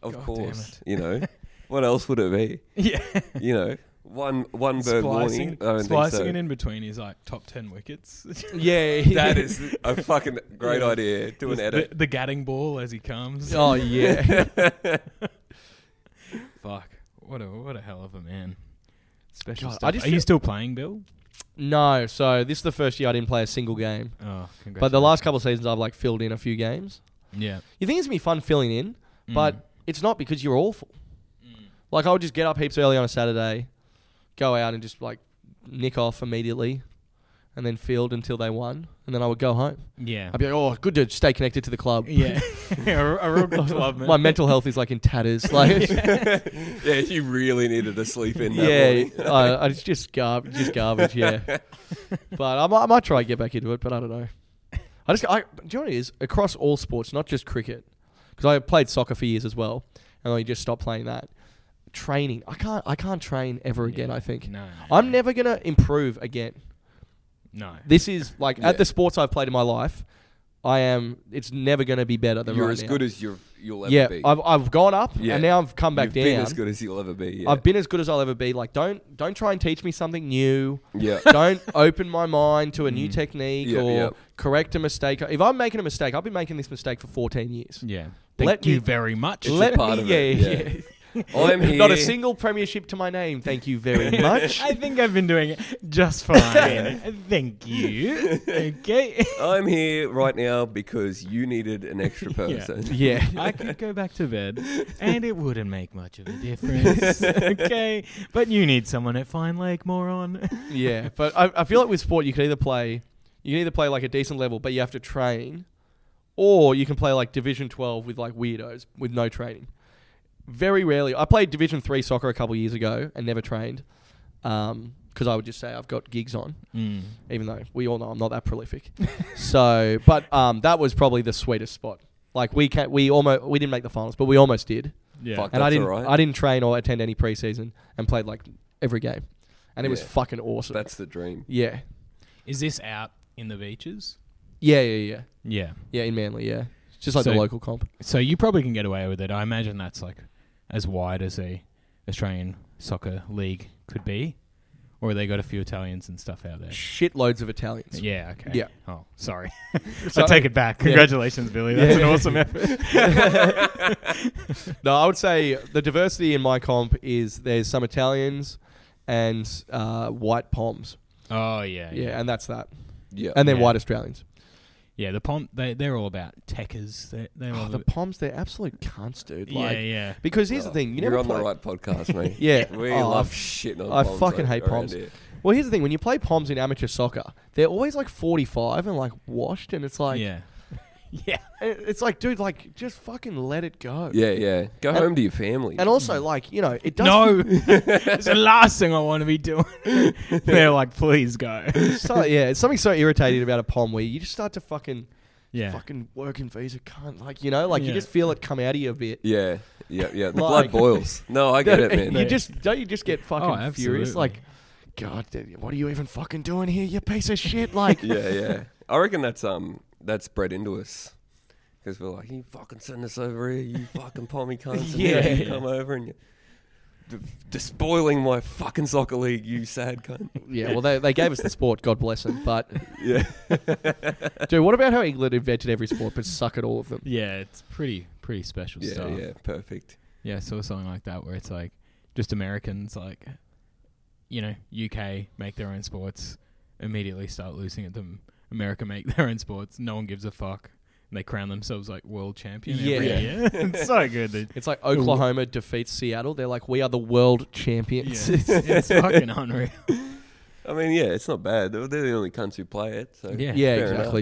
Speaker 1: Of
Speaker 2: God damn
Speaker 1: course. You know. What else would it be?
Speaker 2: Yeah.
Speaker 1: You know. One one bird
Speaker 2: Splicing,
Speaker 1: warning. I don't
Speaker 2: splicing
Speaker 1: think
Speaker 2: and
Speaker 1: so.
Speaker 2: in between is like top ten wickets.
Speaker 3: Yeah,
Speaker 1: That is a fucking great idea. Do an
Speaker 2: the,
Speaker 1: edit.
Speaker 2: the gadding ball as he comes.
Speaker 3: Oh yeah.
Speaker 2: Fuck. What a what a hell of a man. Special
Speaker 3: God, I
Speaker 2: stuff.
Speaker 3: just
Speaker 2: Are you
Speaker 3: feel-
Speaker 2: still playing, Bill?
Speaker 3: Oh, no, so this is the first year I didn't play a single game.
Speaker 2: Oh, congrats.
Speaker 3: But the last couple of seasons, I've like filled in a few games.
Speaker 2: yeah.
Speaker 3: You think it's gonna be fun filling in,
Speaker 2: Mm.
Speaker 3: but it's not because you're awful. Like I would just get up heaps early on a Saturday, go out and just like nick off immediately, and then field until they won, and then I would go home.
Speaker 2: Yeah.
Speaker 3: I'd be like, oh, good to stay connected to the club.
Speaker 2: Yeah. a, a real good club, man.
Speaker 3: My mental health is like in tatters. Like,
Speaker 1: yeah, you really needed to sleep in that
Speaker 3: yeah,
Speaker 1: morning.
Speaker 3: uh, it's just garbage. Just garbage. Yeah, but I might, I might try and get back into it, but I don't know. I just, I, do you know what it is? Across all sports, not just cricket, because I played soccer for years as well, and I just stopped playing that. Training, I can't, I can't train ever again. I think
Speaker 2: No.
Speaker 3: I'm never gonna improve again.
Speaker 2: No.
Speaker 3: This is like
Speaker 1: Yeah.
Speaker 3: at the sports I've played in my life, I am. It's never gonna be better than
Speaker 1: You're
Speaker 3: right
Speaker 1: as
Speaker 3: now.
Speaker 1: good as you're, you'll ever
Speaker 3: yeah,
Speaker 1: be.
Speaker 3: I've, I've gone up
Speaker 1: Yeah.
Speaker 3: and now I've come back
Speaker 1: You've
Speaker 3: down.
Speaker 1: been as good as you'll ever be. Yeah.
Speaker 3: I've been as good as I'll ever be. Like, don't don't try and teach me something new.
Speaker 1: yeah.
Speaker 3: don't open my mind to a
Speaker 1: Mm.
Speaker 3: new technique
Speaker 1: Yep,
Speaker 3: or
Speaker 1: yep.
Speaker 3: correct a mistake. If I'm making a mistake, I've been making this mistake for 14 years.
Speaker 2: Yeah. Thank
Speaker 3: Let
Speaker 2: you
Speaker 3: me-
Speaker 2: very much.
Speaker 1: It's a
Speaker 3: Let
Speaker 1: part
Speaker 3: me,
Speaker 1: of
Speaker 3: yeah,
Speaker 1: it,
Speaker 3: yeah.
Speaker 1: I'm here.
Speaker 3: Not a single premiership to my name. Thank you very much.
Speaker 2: I think I've been doing it just fine. Thank you. Okay.
Speaker 1: I'm here right now because you needed an extra person.
Speaker 3: yeah.
Speaker 2: I could go back to bed and it wouldn't make much of a difference. okay. But you need someone at Fine Lake, moron.
Speaker 3: Yeah. But I, I feel like with sport, you can either play, you can either play like a decent level, but you have to train, or you can play like Division 12 with like weirdos with no training. Very rarely. I played Division 3 soccer a couple years ago and never trained because I would just say I've got gigs on.
Speaker 2: Mm.
Speaker 3: even though we all know I'm not that prolific. so, but um, that was probably the sweetest spot. Like we can we almost we didn't make the finals, but we almost did.
Speaker 2: Yeah.
Speaker 1: Fuck.
Speaker 3: And I
Speaker 1: That's
Speaker 3: didn't
Speaker 1: alright.
Speaker 3: I didn't train or attend any preseason and played like every game, and it was
Speaker 1: Yeah.
Speaker 3: fucking awesome.
Speaker 1: That's the dream.
Speaker 3: yeah,
Speaker 2: Is this out in the beaches?
Speaker 3: yeah, yeah, yeah,
Speaker 2: Yeah.
Speaker 3: yeah. In Manly, yeah, It's just like
Speaker 2: So-
Speaker 3: the local comp.
Speaker 2: So you probably can get away with it. I imagine that's like as wide as a Australian soccer league could be. Or they got a few Italians and stuff out there.
Speaker 3: Shitloads of Italians.
Speaker 2: Yeah. Okay.
Speaker 3: Yeah.
Speaker 2: Oh, sorry.
Speaker 3: So-
Speaker 2: I take it back. Congratulations, Billy. That's an awesome effort.
Speaker 3: No, I would say the diversity in my comp is there's some Italians and uh, white Poms.
Speaker 2: Oh yeah.
Speaker 3: Yeah, and that's that.
Speaker 1: Yeah.
Speaker 3: And then
Speaker 2: Yeah.
Speaker 3: white Australians.
Speaker 2: Yeah, the pom they they're all about techers. They they're all
Speaker 3: Oh, the
Speaker 2: about-
Speaker 3: Poms, they're absolute cunts, dude.
Speaker 2: yeah,
Speaker 3: Like,
Speaker 2: yeah.
Speaker 3: Because here's
Speaker 1: Oh,
Speaker 3: the thing, you
Speaker 1: You're
Speaker 3: never
Speaker 1: on
Speaker 3: play.
Speaker 1: the right podcast, mate.
Speaker 3: Yeah.
Speaker 1: We
Speaker 3: Oh,
Speaker 1: love
Speaker 3: I've-
Speaker 1: shitting on
Speaker 3: I
Speaker 1: Poms
Speaker 3: fucking
Speaker 1: ar-
Speaker 3: hate
Speaker 1: around
Speaker 3: Poms.
Speaker 1: here.
Speaker 3: Well, here's the thing: when you play Poms in amateur soccer, they're always like 45 and like washed, and it's like,
Speaker 2: yeah. yeah.
Speaker 3: it- it's like, dude, like just fucking let it go.
Speaker 1: Yeah, yeah. Go home to your family.
Speaker 3: And also, like, you know, it does.
Speaker 2: No, it's the last thing I want to be doing. They're like, please go.
Speaker 3: So, yeah, it's something so irritating about a pom where you just start to fucking,
Speaker 2: Yeah,
Speaker 3: fucking work and visa cunt, like you know, like you
Speaker 2: Yeah.
Speaker 3: just feel it come out of you a bit.
Speaker 1: yeah, yeah, yeah. The
Speaker 3: Like-
Speaker 1: blood boils. No, I get it, man.
Speaker 3: You just don't you just get fucking
Speaker 2: Oh,
Speaker 3: furious,
Speaker 2: absolutely.
Speaker 3: like, God, dude, what are you even fucking doing here, you piece of shit? Like,
Speaker 1: yeah, yeah. I reckon that's um that's bred into us because we're like, you fucking send us over here, you fucking pommy cunts. And yeah,
Speaker 3: Yeah.
Speaker 1: you come over and you d- despoiling my fucking soccer league, you sad cunt.
Speaker 3: yeah, well, they, they gave us the sport, God bless them. But
Speaker 1: Yeah,
Speaker 3: dude, what about how England invented every sport but suck at all of them?
Speaker 2: yeah. It's pretty pretty special
Speaker 1: yeah,
Speaker 2: stuff.
Speaker 1: yeah. Perfect.
Speaker 2: Yeah, I saw something like that where it's like just Americans, like, you know, UK make their own sports, immediately start losing at them. America make their own sports, no one gives a fuck. And they crown themselves like world champion
Speaker 3: Yeah.
Speaker 2: every year. it's so good. They-
Speaker 3: It's like Oklahoma defeats Seattle. They're like, we are the world
Speaker 2: yeah,
Speaker 3: champions.
Speaker 2: it's, it's fucking unreal.
Speaker 1: I mean, yeah, it's not bad. They're they're the only cunts who play it. So
Speaker 2: Yeah.
Speaker 3: yeah,
Speaker 1: fair enough.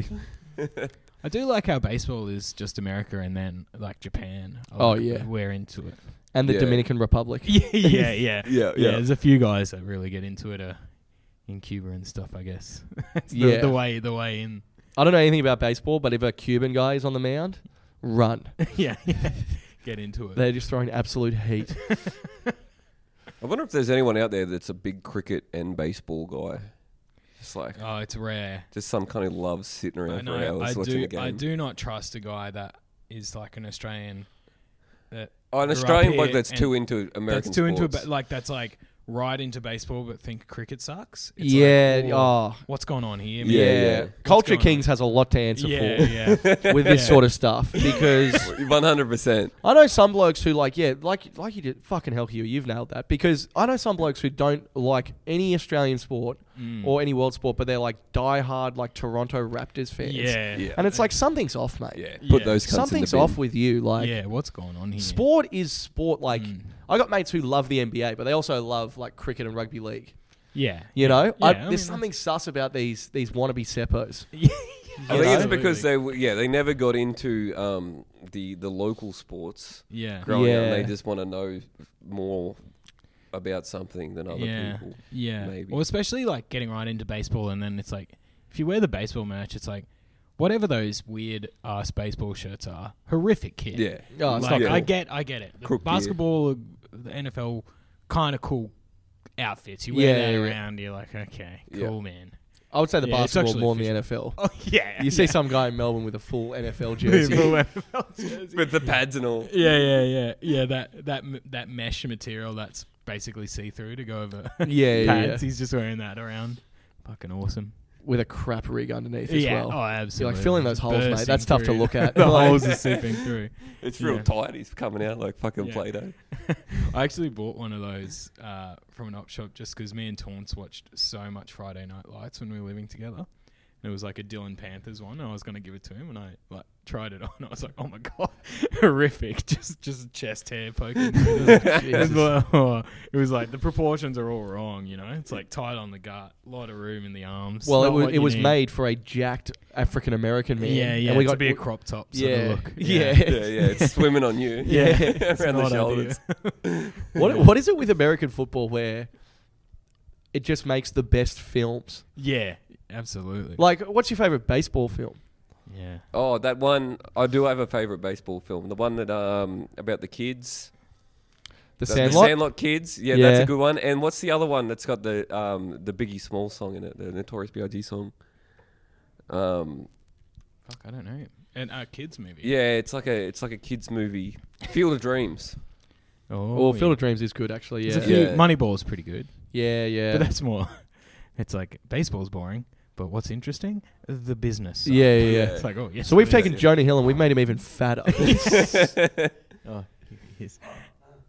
Speaker 3: exactly.
Speaker 2: I do like how baseball is just America and then like Japan. I
Speaker 3: Oh,
Speaker 2: like-
Speaker 3: yeah.
Speaker 2: we're into it.
Speaker 3: And the
Speaker 1: Yeah.
Speaker 3: Dominican Republic.
Speaker 2: yeah, yeah, yeah,
Speaker 1: Yeah, yeah.
Speaker 2: There's a few guys that really get into it uh, in Cuba and stuff. I guess. It's the,
Speaker 3: Yeah.
Speaker 2: the way the way in.
Speaker 3: I don't know anything about baseball, but if a Cuban guy is on the mound, run.
Speaker 2: yeah, yeah. Get into it.
Speaker 3: They're just throwing absolute heat.
Speaker 1: I wonder if there's anyone out there that's a big cricket and baseball guy. Just like
Speaker 2: oh, it's rare.
Speaker 1: just some kind of love sitting
Speaker 2: I
Speaker 1: around for
Speaker 2: know.
Speaker 1: hours
Speaker 2: I
Speaker 1: watching
Speaker 2: do.
Speaker 1: a game.
Speaker 2: I do not trust a guy that is like an Australian. That
Speaker 1: Oh, an
Speaker 2: grew up
Speaker 1: Australian
Speaker 2: here
Speaker 1: bloke that's
Speaker 2: and
Speaker 1: too into American
Speaker 2: That's too into
Speaker 1: sports.
Speaker 2: it. Like that's like right into baseball, but think cricket sucks. It's like,
Speaker 3: yeah.
Speaker 2: whoa,
Speaker 3: oh.
Speaker 2: what's going on here?
Speaker 1: Yeah,
Speaker 3: Yeah.
Speaker 1: yeah. What's
Speaker 3: Culture
Speaker 2: going on?
Speaker 3: Kings has a lot to answer
Speaker 2: yeah,
Speaker 3: for
Speaker 2: yeah.
Speaker 3: with this
Speaker 2: Yeah.
Speaker 3: sort of stuff because
Speaker 1: One hundred percent.
Speaker 3: I know some blokes who like yeah, like like you did fucking hell Hugh, you've nailed that because I know some blokes who don't like any Australian sport
Speaker 2: Mm.
Speaker 3: or any world sport, but they're like diehard like Toronto Raptors fans.
Speaker 2: Yeah.
Speaker 1: Yeah.
Speaker 3: And it's like something's off, mate.
Speaker 1: Yeah,
Speaker 2: Yeah.
Speaker 1: put those cunts
Speaker 3: Something's
Speaker 1: in the bin.
Speaker 3: off with you like
Speaker 2: yeah, Mm. what's going on here?
Speaker 3: Sport is sport. Like I got mates who love the NBA, but they also love like cricket and rugby league.
Speaker 2: Yeah.
Speaker 3: You know,
Speaker 2: Yeah,
Speaker 3: I,
Speaker 2: I
Speaker 3: there's
Speaker 2: mean,
Speaker 3: something sus about these these wannabe seppos.
Speaker 1: I think it's
Speaker 3: know?
Speaker 1: because they w- yeah they never got into um, the the local sports
Speaker 2: Yeah.
Speaker 1: growing up. And they
Speaker 3: Yeah.
Speaker 1: just want to know more about something than other
Speaker 2: yeah.
Speaker 1: people.
Speaker 2: Yeah.
Speaker 1: maybe.
Speaker 2: Well, especially like getting right into baseball, and then it's like, if you wear the baseball merch, it's like, whatever those weird ass baseball shirts are, horrific kid.
Speaker 1: Yeah,
Speaker 3: Oh, it's
Speaker 2: like
Speaker 1: not
Speaker 2: I
Speaker 1: cool.
Speaker 2: get, I get it. The
Speaker 1: Crook gear.
Speaker 2: basketball, the NFL, kind of cool outfits. You wear
Speaker 3: Yeah,
Speaker 2: that
Speaker 3: yeah.
Speaker 2: around, you're like, okay, cool,
Speaker 1: Yeah.
Speaker 2: man.
Speaker 3: I would say the
Speaker 2: Yeah, it's
Speaker 3: basketball
Speaker 2: actually
Speaker 3: more than the NFL.
Speaker 2: Oh yeah.
Speaker 3: You see some guy in Melbourne with a full NFL jersey.
Speaker 1: with the pads and all.
Speaker 2: Yeah, yeah, yeah, yeah. That that m- that mesh material that's basically see through to go over.
Speaker 3: Yeah, yeah,
Speaker 2: pads.
Speaker 3: yeah.
Speaker 2: He's just wearing that around. Fucking awesome.
Speaker 3: with a crap rig underneath as
Speaker 2: yeah.
Speaker 3: well.
Speaker 2: Oh,
Speaker 3: You're
Speaker 2: absolutely.
Speaker 3: like filling those holes, mate.
Speaker 2: Bursting
Speaker 3: That's tough to
Speaker 2: through.
Speaker 3: look at.
Speaker 2: the
Speaker 3: Like,
Speaker 2: holes are seeping through.
Speaker 1: It's real
Speaker 2: Yeah.
Speaker 1: tight. He's coming out like fucking
Speaker 2: Yeah.
Speaker 1: Play-Doh.
Speaker 2: I actually bought one of those uh, from an op shop just because me and Taunts watched so much Friday Night Lights when we were living together. And it was like a Dylan Panthers one, and I was going to give it to him, and I like tried it on. I was like, "Oh my god, horrific!" Just just chest hair poking. through the-
Speaker 3: Jesus.
Speaker 2: it was like the proportions are all wrong, you know. It's like tight on the gut, lot of room in the arms.
Speaker 3: well, it
Speaker 2: not
Speaker 3: was,
Speaker 2: what
Speaker 3: it
Speaker 2: you
Speaker 3: was
Speaker 2: need.
Speaker 3: made for a jacked African American man.
Speaker 2: Yeah, yeah.
Speaker 3: And we
Speaker 2: it's
Speaker 3: got
Speaker 2: a bit of crop top sort
Speaker 3: yeah,
Speaker 2: of look.
Speaker 3: yeah.
Speaker 1: Yeah, yeah. It's swimming on you.
Speaker 2: Yeah, it's
Speaker 1: around the
Speaker 2: not ideal.
Speaker 1: shoulders.
Speaker 3: What what is it with American football where it just makes the best films?
Speaker 2: Yeah, absolutely.
Speaker 3: Like, what's your favorite baseball film?
Speaker 2: yeah,
Speaker 1: Oh, that one. I do have a favorite baseball film. The one that um about the kids. The-
Speaker 3: The Sandlot.
Speaker 1: The Sandlot Kids. Yeah, that's
Speaker 3: Yeah.
Speaker 1: a good one. And what's the other one that's got the um, the Biggie Small song in it, the Notorious B.I.G. song? Um,
Speaker 2: fuck, I don't know. And uh, kids movie.
Speaker 1: yeah, it's like a it's like a kids movie, Field of Dreams.
Speaker 2: Oh,
Speaker 3: Well,
Speaker 2: yeah.
Speaker 3: Field of Dreams is good, actually.
Speaker 2: Oh, There's
Speaker 3: Yeah.
Speaker 2: a few.
Speaker 1: Yeah.
Speaker 2: Moneyball's pretty good.
Speaker 3: Yeah, yeah.
Speaker 2: But that's more. It's like baseball's boring, but what's interesting? The business. side.
Speaker 3: yeah, yeah, yeah.
Speaker 1: Yeah.
Speaker 2: It's like oh yes.
Speaker 3: So
Speaker 2: it
Speaker 3: we've
Speaker 2: is.
Speaker 3: taken Jonah Hill and we've made him even fatter.
Speaker 2: Oh, here he is.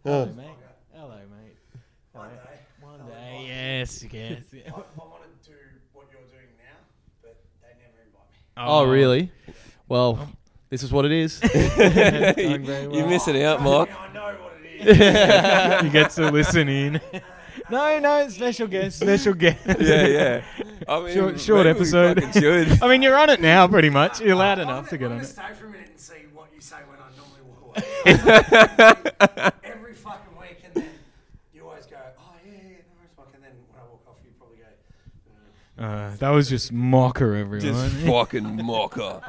Speaker 2: Hello, mate. Hello, mate. Hello. One day. Yes, yes.
Speaker 4: I, I want to do what you're doing now, but they never invite me.
Speaker 3: oh, really? Well, this is what it is.
Speaker 1: you, you miss it out, Mark.
Speaker 4: I know what it is.
Speaker 2: you get to listen in. no, no, special guest, special guest.
Speaker 1: Yeah, yeah. I mean,
Speaker 2: Short- short
Speaker 1: maybe we
Speaker 2: episode.
Speaker 1: fucking should.
Speaker 2: I mean, you're on it now, pretty much. You're loud enough to
Speaker 4: I'm
Speaker 2: get
Speaker 4: going
Speaker 2: on
Speaker 4: to
Speaker 2: it.
Speaker 4: stay for a minute and see what you say when I normally walk away. Every fucking week, and then you always go, oh, yeah, yeah, no worries, Mike. And then when I walk off, you probably go, "Mm."
Speaker 2: Uh, that was just mocker, everyone.
Speaker 1: Just fucking mocker.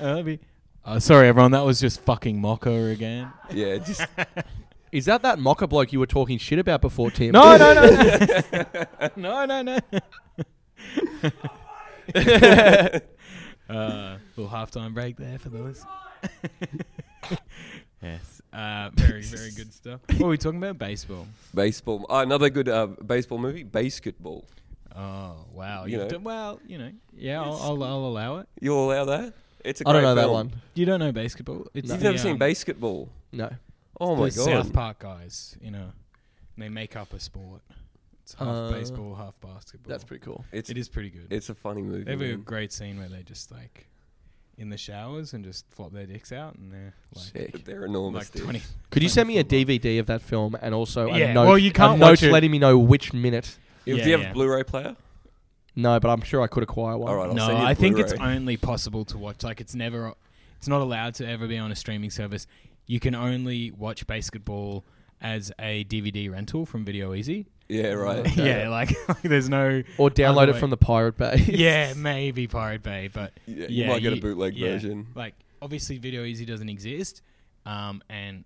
Speaker 2: Uh, be- uh, sorry, everyone. That was just fucking mocker again.
Speaker 1: Yeah, just
Speaker 3: Is that that mocker bloke you were talking shit about before, Tim?
Speaker 2: No, no, no, no, no, no, no. uh, little halftime break there for those. yes, uh, very, very good stuff. What were we talking about? Baseball.
Speaker 1: baseball. Ah, another good uh, baseball movie, Basketball.
Speaker 2: Oh wow,
Speaker 1: You
Speaker 2: you
Speaker 1: know.
Speaker 2: have done well. You know, yeah, I'll, I'll, I'll allow it.
Speaker 1: You allow that? It's a
Speaker 3: I
Speaker 1: great
Speaker 3: don't know that
Speaker 1: film.
Speaker 3: one.
Speaker 2: You don't know basketball. It's
Speaker 1: You've
Speaker 2: the,
Speaker 1: never seen
Speaker 2: um,
Speaker 1: Basketball?
Speaker 3: No.
Speaker 1: Oh my
Speaker 2: the South
Speaker 1: god.
Speaker 2: Park guys. You know, and they make up a sport. It's half
Speaker 3: Uh,
Speaker 2: baseball, half basketball.
Speaker 3: That's pretty cool.
Speaker 1: It's
Speaker 2: It is pretty good.
Speaker 1: it's a funny movie.
Speaker 2: They have a
Speaker 1: man.
Speaker 2: great scene where they just like in the showers and just flop their dicks out and they're like,
Speaker 3: Sick.
Speaker 1: They're enormous.
Speaker 2: like
Speaker 1: dude.
Speaker 2: twenty.
Speaker 3: Could you send
Speaker 2: 20
Speaker 3: me a
Speaker 2: foot long.
Speaker 3: DVD of that film and also a
Speaker 2: Yeah,
Speaker 3: note?
Speaker 2: well, you
Speaker 3: a
Speaker 2: can't
Speaker 3: note
Speaker 2: watch it.
Speaker 3: letting me know which minute.
Speaker 1: You-
Speaker 2: Yeah,
Speaker 1: Do you have
Speaker 2: yeah.
Speaker 1: a Blu-ray player?
Speaker 3: No, but I'm sure I could acquire one.
Speaker 1: All right, I'll
Speaker 2: No,
Speaker 1: send you a
Speaker 2: I think it's
Speaker 1: Blu-ray.
Speaker 2: only possible to watch. Like it's never, it's not allowed to ever be on a streaming service. You can only watch basketball as a DVD rental from Video Easy.
Speaker 1: Yeah, right.
Speaker 2: yeah, like, like there's no.
Speaker 3: Or download
Speaker 2: Other
Speaker 3: it
Speaker 2: way.
Speaker 3: from the Pirate Bay.
Speaker 2: Yeah, maybe Pirate Bay, but
Speaker 1: Yeah, you
Speaker 2: yeah,
Speaker 1: might get a bootleg
Speaker 2: yeah.
Speaker 1: version.
Speaker 2: Like obviously, Video Easy doesn't exist, um, and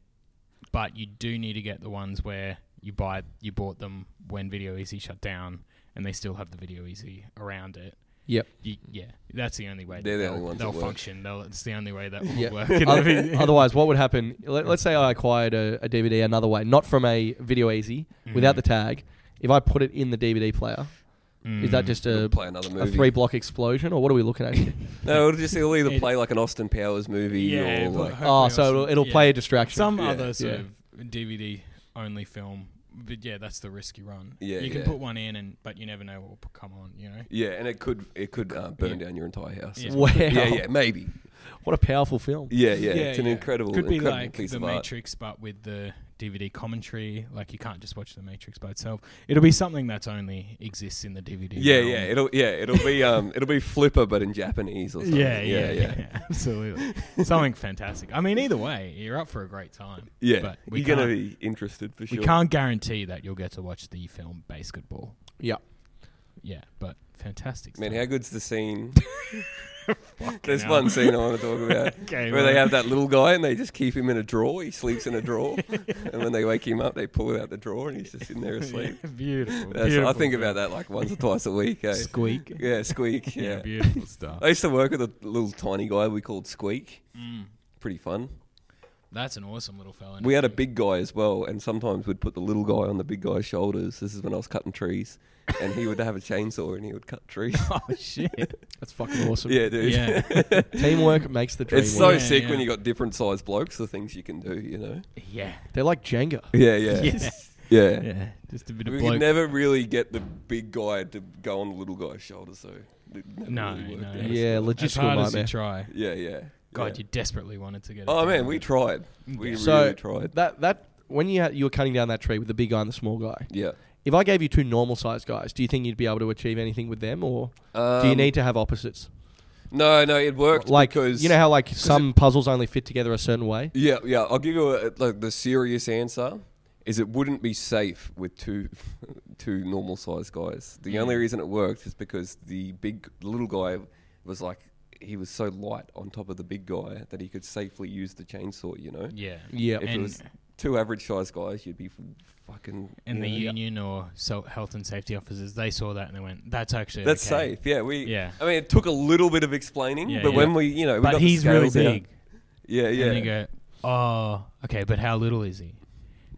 Speaker 2: but you do need to get the ones where you buy you bought them when Video Easy shut down, and they still have the Video Easy around it.
Speaker 3: Yep.
Speaker 2: You, yeah, that's the only way.
Speaker 1: They're the
Speaker 2: that
Speaker 1: only
Speaker 2: they'll,
Speaker 1: ones that
Speaker 2: they'll
Speaker 1: work.
Speaker 2: function. They'll, it's the only way that will
Speaker 3: Yeah.
Speaker 2: work. in the
Speaker 3: Oth-
Speaker 2: video.
Speaker 3: Otherwise, what would happen? Let, let's say I acquired a, a DVD another way, not from a Video Easy, without
Speaker 2: Mhm.
Speaker 3: the tag. If I put it in the DVD player, is that
Speaker 2: Mm.
Speaker 3: just
Speaker 1: It'll
Speaker 3: a,
Speaker 1: play another
Speaker 3: a
Speaker 1: movie.
Speaker 3: three block explosion, or what are we looking at here?
Speaker 1: No, it'll just it'll either
Speaker 2: It-
Speaker 1: play like an Austin Powers movie
Speaker 2: Yeah,
Speaker 1: or
Speaker 2: but
Speaker 1: like
Speaker 2: hopefully
Speaker 3: oh, so
Speaker 2: also-
Speaker 3: it'll, it'll
Speaker 2: yeah.
Speaker 3: play a distraction.
Speaker 2: some
Speaker 1: Yeah.
Speaker 2: other sort
Speaker 3: Yeah.
Speaker 2: of DVD only film. But yeah, that's the risk you run.
Speaker 1: Yeah,
Speaker 2: you can
Speaker 1: yeah.
Speaker 2: put one in, and but you never know what will p- come on. You know.
Speaker 1: yeah, and it could it could uh, burn
Speaker 2: Yeah.
Speaker 1: down your entire house.
Speaker 2: Yeah.
Speaker 1: as
Speaker 3: wow.
Speaker 1: well. Yeah, yeah, maybe.
Speaker 3: What a powerful film.
Speaker 1: Yeah, yeah, it's an incredible,
Speaker 2: Could be
Speaker 1: incredible
Speaker 2: like
Speaker 1: piece
Speaker 2: the
Speaker 1: of art.
Speaker 2: Matrix, but with the DVD commentary. Like you can't just watch the Matrix by itself. It'll be something that's only exists in the DVD.
Speaker 1: Yeah,
Speaker 2: realm.
Speaker 1: yeah, it'll yeah, it'll be um, it'll be Flipper, but in Japanese or something.
Speaker 2: yeah,
Speaker 1: yeah,
Speaker 2: yeah,
Speaker 1: yeah.
Speaker 2: yeah, absolutely. something fantastic. I mean, either way, you're up for a great time.
Speaker 1: Yeah,
Speaker 2: but we
Speaker 1: you're gonna
Speaker 2: can't-
Speaker 1: be interested for
Speaker 2: We
Speaker 1: sure.
Speaker 2: can't guarantee that you'll get to watch the film Basketball.
Speaker 3: Yeah.
Speaker 2: Yeah, but fantastic.
Speaker 1: Man,
Speaker 2: stuff.
Speaker 1: how good's the scene? There's
Speaker 2: hell.
Speaker 1: one scene I want to talk about
Speaker 2: Okay,
Speaker 1: where they
Speaker 2: well.
Speaker 1: have that little guy and they just keep him in a drawer. He sleeps in a drawer, and when they wake him up, they pull out the drawer and he's just in there asleep.
Speaker 2: beautiful.
Speaker 1: That's,
Speaker 2: beautiful
Speaker 1: I think about that like once or twice a week. eh?
Speaker 2: Squeak.
Speaker 1: Yeah, squeak.
Speaker 2: Yeah,
Speaker 1: Yeah.
Speaker 2: beautiful stuff.
Speaker 1: I used to work with a little tiny guy we called Squeak.
Speaker 2: Mm.
Speaker 1: Pretty fun.
Speaker 2: That's an awesome little fella.
Speaker 1: We had a big guy as well, and sometimes we'd put the little guy on the big guy's shoulders. This is when I was cutting trees, and he would have a chainsaw and he would cut trees.
Speaker 2: Oh shit!
Speaker 3: That's fucking awesome.
Speaker 1: yeah, dude.
Speaker 2: yeah.
Speaker 3: Teamwork makes the dream
Speaker 1: It's so
Speaker 3: work.
Speaker 2: Yeah,
Speaker 1: sick
Speaker 2: yeah.
Speaker 1: when you got different sized blokes, the things you can do, you know?
Speaker 2: Yeah.
Speaker 3: They're like Jenga.
Speaker 1: Yeah, yeah.
Speaker 2: Yeah.
Speaker 1: Yeah.
Speaker 2: Yeah. Just a bit of
Speaker 1: We
Speaker 2: bloke.
Speaker 1: could never really get the big guy to go on the little guy's shoulders, though. It never
Speaker 2: no,
Speaker 1: really
Speaker 2: no.
Speaker 1: worked
Speaker 2: it's
Speaker 1: out.
Speaker 3: Yeah,
Speaker 2: not.
Speaker 3: logistical
Speaker 2: As hard as
Speaker 3: nightmare.
Speaker 2: you try.
Speaker 1: Yeah, yeah.
Speaker 2: God,
Speaker 1: yeah.
Speaker 2: you desperately wanted to get it.
Speaker 1: Oh,
Speaker 2: done.
Speaker 1: man, we tried. We
Speaker 3: So
Speaker 1: really tried.
Speaker 3: that that when you had, you were cutting down that tree with the big guy and the small guy,
Speaker 1: Yeah.
Speaker 3: if I gave you two normal sized guys, do you think you'd be able to achieve anything with them, or do you
Speaker 1: Um,
Speaker 3: need to have opposites?
Speaker 1: No, no, it worked
Speaker 3: Like
Speaker 1: because
Speaker 3: you know how like some puzzles only fit together a certain way.
Speaker 1: Yeah, yeah. I'll give you a, like the serious answer is it wouldn't be safe with two two normal sized guys. The
Speaker 2: Mm.
Speaker 1: only reason it worked is because the big the little guy was like he was so light on top of the big guy that he could safely use the chainsaw. You know,
Speaker 2: Yeah.
Speaker 3: Yeah.
Speaker 1: if it
Speaker 2: And-
Speaker 1: was two average sized guys, you'd be f- fucking
Speaker 2: And
Speaker 1: you
Speaker 2: the
Speaker 1: know,
Speaker 2: union or so health and safety officers, they saw that and they went, "That's actually
Speaker 1: That's
Speaker 2: okay."
Speaker 1: safe. Yeah, we.
Speaker 2: Yeah.
Speaker 1: I mean, it took a little bit of explaining,
Speaker 2: Yeah,
Speaker 1: but
Speaker 2: yeah.
Speaker 1: when we, you know, we got
Speaker 2: But
Speaker 1: the
Speaker 2: he's really
Speaker 1: scales out-
Speaker 2: big.
Speaker 1: Yeah, yeah.
Speaker 2: And they go, "Oh, okay, but how little is he?"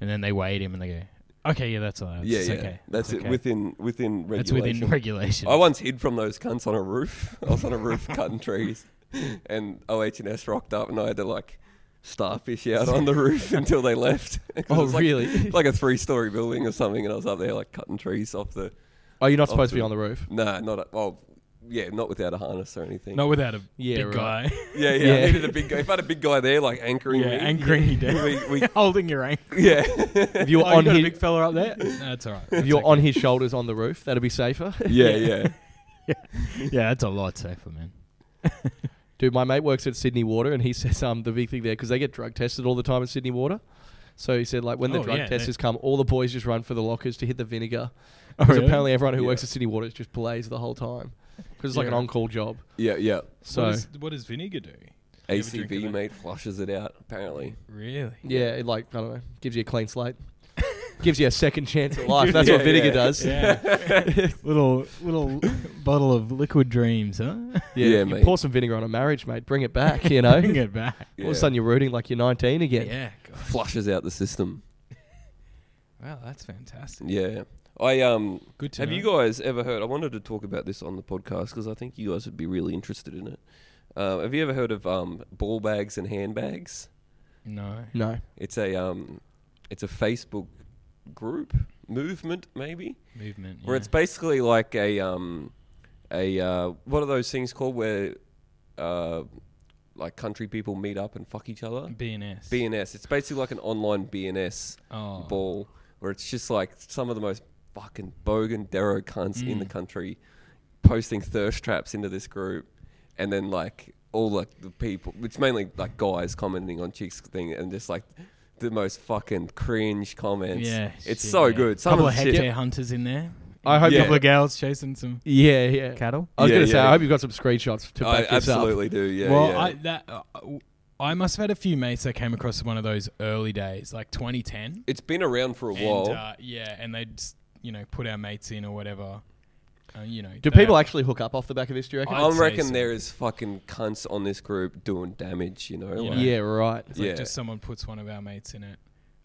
Speaker 2: And then they weighed him and they go, Okay, yeah, that's allowed.
Speaker 1: yeah,
Speaker 2: It's
Speaker 1: yeah.
Speaker 2: okay.
Speaker 1: That's
Speaker 2: It's
Speaker 1: it
Speaker 2: okay.
Speaker 1: within within regulation.
Speaker 2: That's within regulation.
Speaker 1: I once hid from those cunts on a roof. I was on a roof cutting trees, and OH&S rocked up, and I had to like starfish out on the roof until they left. 'Cause
Speaker 3: Oh,
Speaker 1: it's like,
Speaker 3: really?
Speaker 1: Like a three-story building or something, and I was up there like cutting trees off the.
Speaker 3: Oh, you're not supposed to be
Speaker 1: Often.
Speaker 3: on the roof.
Speaker 1: Nah, not a, well. Yeah, not without a harness or anything.
Speaker 2: Not without a
Speaker 3: Yeah,
Speaker 2: big
Speaker 3: right.
Speaker 2: guy.
Speaker 1: Yeah, yeah.
Speaker 3: Yeah.
Speaker 1: I needed a big guy. If I had a big guy there, like anchoring
Speaker 2: yeah,
Speaker 1: me.
Speaker 2: anchoring you down.
Speaker 1: We- we-
Speaker 2: Holding your anchor.
Speaker 1: yeah.
Speaker 3: If you're
Speaker 2: Oh,
Speaker 3: on
Speaker 2: you got a
Speaker 3: his,
Speaker 2: big fella up there? That's all right.
Speaker 3: if
Speaker 2: That's
Speaker 3: you're
Speaker 2: okay.
Speaker 3: on his shoulders on the roof, that'd be safer.
Speaker 1: Yeah, yeah.
Speaker 2: Yeah, that's a lot safer, man.
Speaker 3: Dude, my mate works at Sydney Water, and he says um the big thing there because they get drug tested all the time at Sydney Water. So he said like when the
Speaker 2: Oh,
Speaker 3: drug
Speaker 2: yeah,
Speaker 3: testers
Speaker 2: they-
Speaker 3: come, all the boys just run for the lockers to hit the vinegar.
Speaker 2: Oh,
Speaker 3: Because
Speaker 2: really?
Speaker 3: apparently everyone who
Speaker 1: Yeah.
Speaker 3: works at Sydney Water is just blaze the whole time because it's like an
Speaker 2: Yeah.
Speaker 3: on-call job.
Speaker 1: Yeah, yeah.
Speaker 3: So
Speaker 2: what, is, what does vinegar do? You ever drink
Speaker 1: ACB
Speaker 2: it,
Speaker 1: mate flushes it out apparently.
Speaker 2: Really?
Speaker 3: yeah, it like I don't know, gives you a clean slate, gives you a second chance at life. That's
Speaker 1: Yeah,
Speaker 3: what vinegar
Speaker 1: yeah.
Speaker 3: does.
Speaker 2: Yeah. little little bottle of liquid dreams, huh?
Speaker 3: Yeah,
Speaker 1: Yeah,
Speaker 3: you
Speaker 1: mate.
Speaker 3: pour some vinegar on a marriage, mate. Bring it back. You know,
Speaker 2: Bring it back.
Speaker 3: all of a sudden you're rooting like you're 19 again.
Speaker 2: God.
Speaker 1: flushes out the system.
Speaker 2: Wow, that's fantastic.
Speaker 1: Yeah. I um
Speaker 2: Good to
Speaker 1: have
Speaker 2: know.
Speaker 1: you guys ever heard I wanted to talk about this on the podcast because I think you guys would be really interested in it. Uh, have you ever heard of um ball bags and handbags?
Speaker 2: No.
Speaker 3: No,
Speaker 1: It's a um it's a Facebook group movement maybe
Speaker 2: Movement.
Speaker 1: where it's basically like a um a uh what are those things called where uh like country people meet up and fuck each other?
Speaker 2: BNS.
Speaker 1: BNS. It's basically like an online BNS
Speaker 2: Oh.
Speaker 1: ball where it's just like some of the most fucking bogan dero cunts in
Speaker 2: Mm.
Speaker 1: the country posting thirst traps into this group and then like all like the people it's mainly like guys commenting on chicks thing and just like the most fucking cringe comments.
Speaker 2: Yeah.
Speaker 1: It's
Speaker 2: shit,
Speaker 1: so
Speaker 2: yeah.
Speaker 1: good. Some
Speaker 2: couple
Speaker 1: of
Speaker 2: of
Speaker 1: the shit-
Speaker 2: hectare hunters in there.
Speaker 3: I hope
Speaker 1: Yeah.
Speaker 2: A couple of gals chasing some
Speaker 3: Yeah, yeah.
Speaker 2: cattle.
Speaker 3: I was
Speaker 1: Yeah,
Speaker 3: gonna say,
Speaker 1: yeah.
Speaker 3: I hope you've got some screenshots to
Speaker 1: I
Speaker 3: back this up.
Speaker 1: absolutely do. Yeah.
Speaker 2: well,
Speaker 1: yeah.
Speaker 2: I that uh, I must have had a few mates that came across one of those early days, like 2010.
Speaker 1: it's been around for a while.
Speaker 2: And, uh, yeah, and they'd s- you know put our mates in or whatever. Uh, you know,
Speaker 3: Do
Speaker 2: they
Speaker 3: people
Speaker 2: have-
Speaker 3: actually hook up off the back of this? Do you reckon?
Speaker 2: I'd
Speaker 1: I
Speaker 2: say
Speaker 1: reckon
Speaker 2: so.
Speaker 1: there is fucking cunts on this group doing damage, you know?
Speaker 2: You
Speaker 1: like-
Speaker 2: know.
Speaker 3: yeah, right.
Speaker 2: It's like
Speaker 1: Yeah.
Speaker 2: just someone puts one of our mates in it.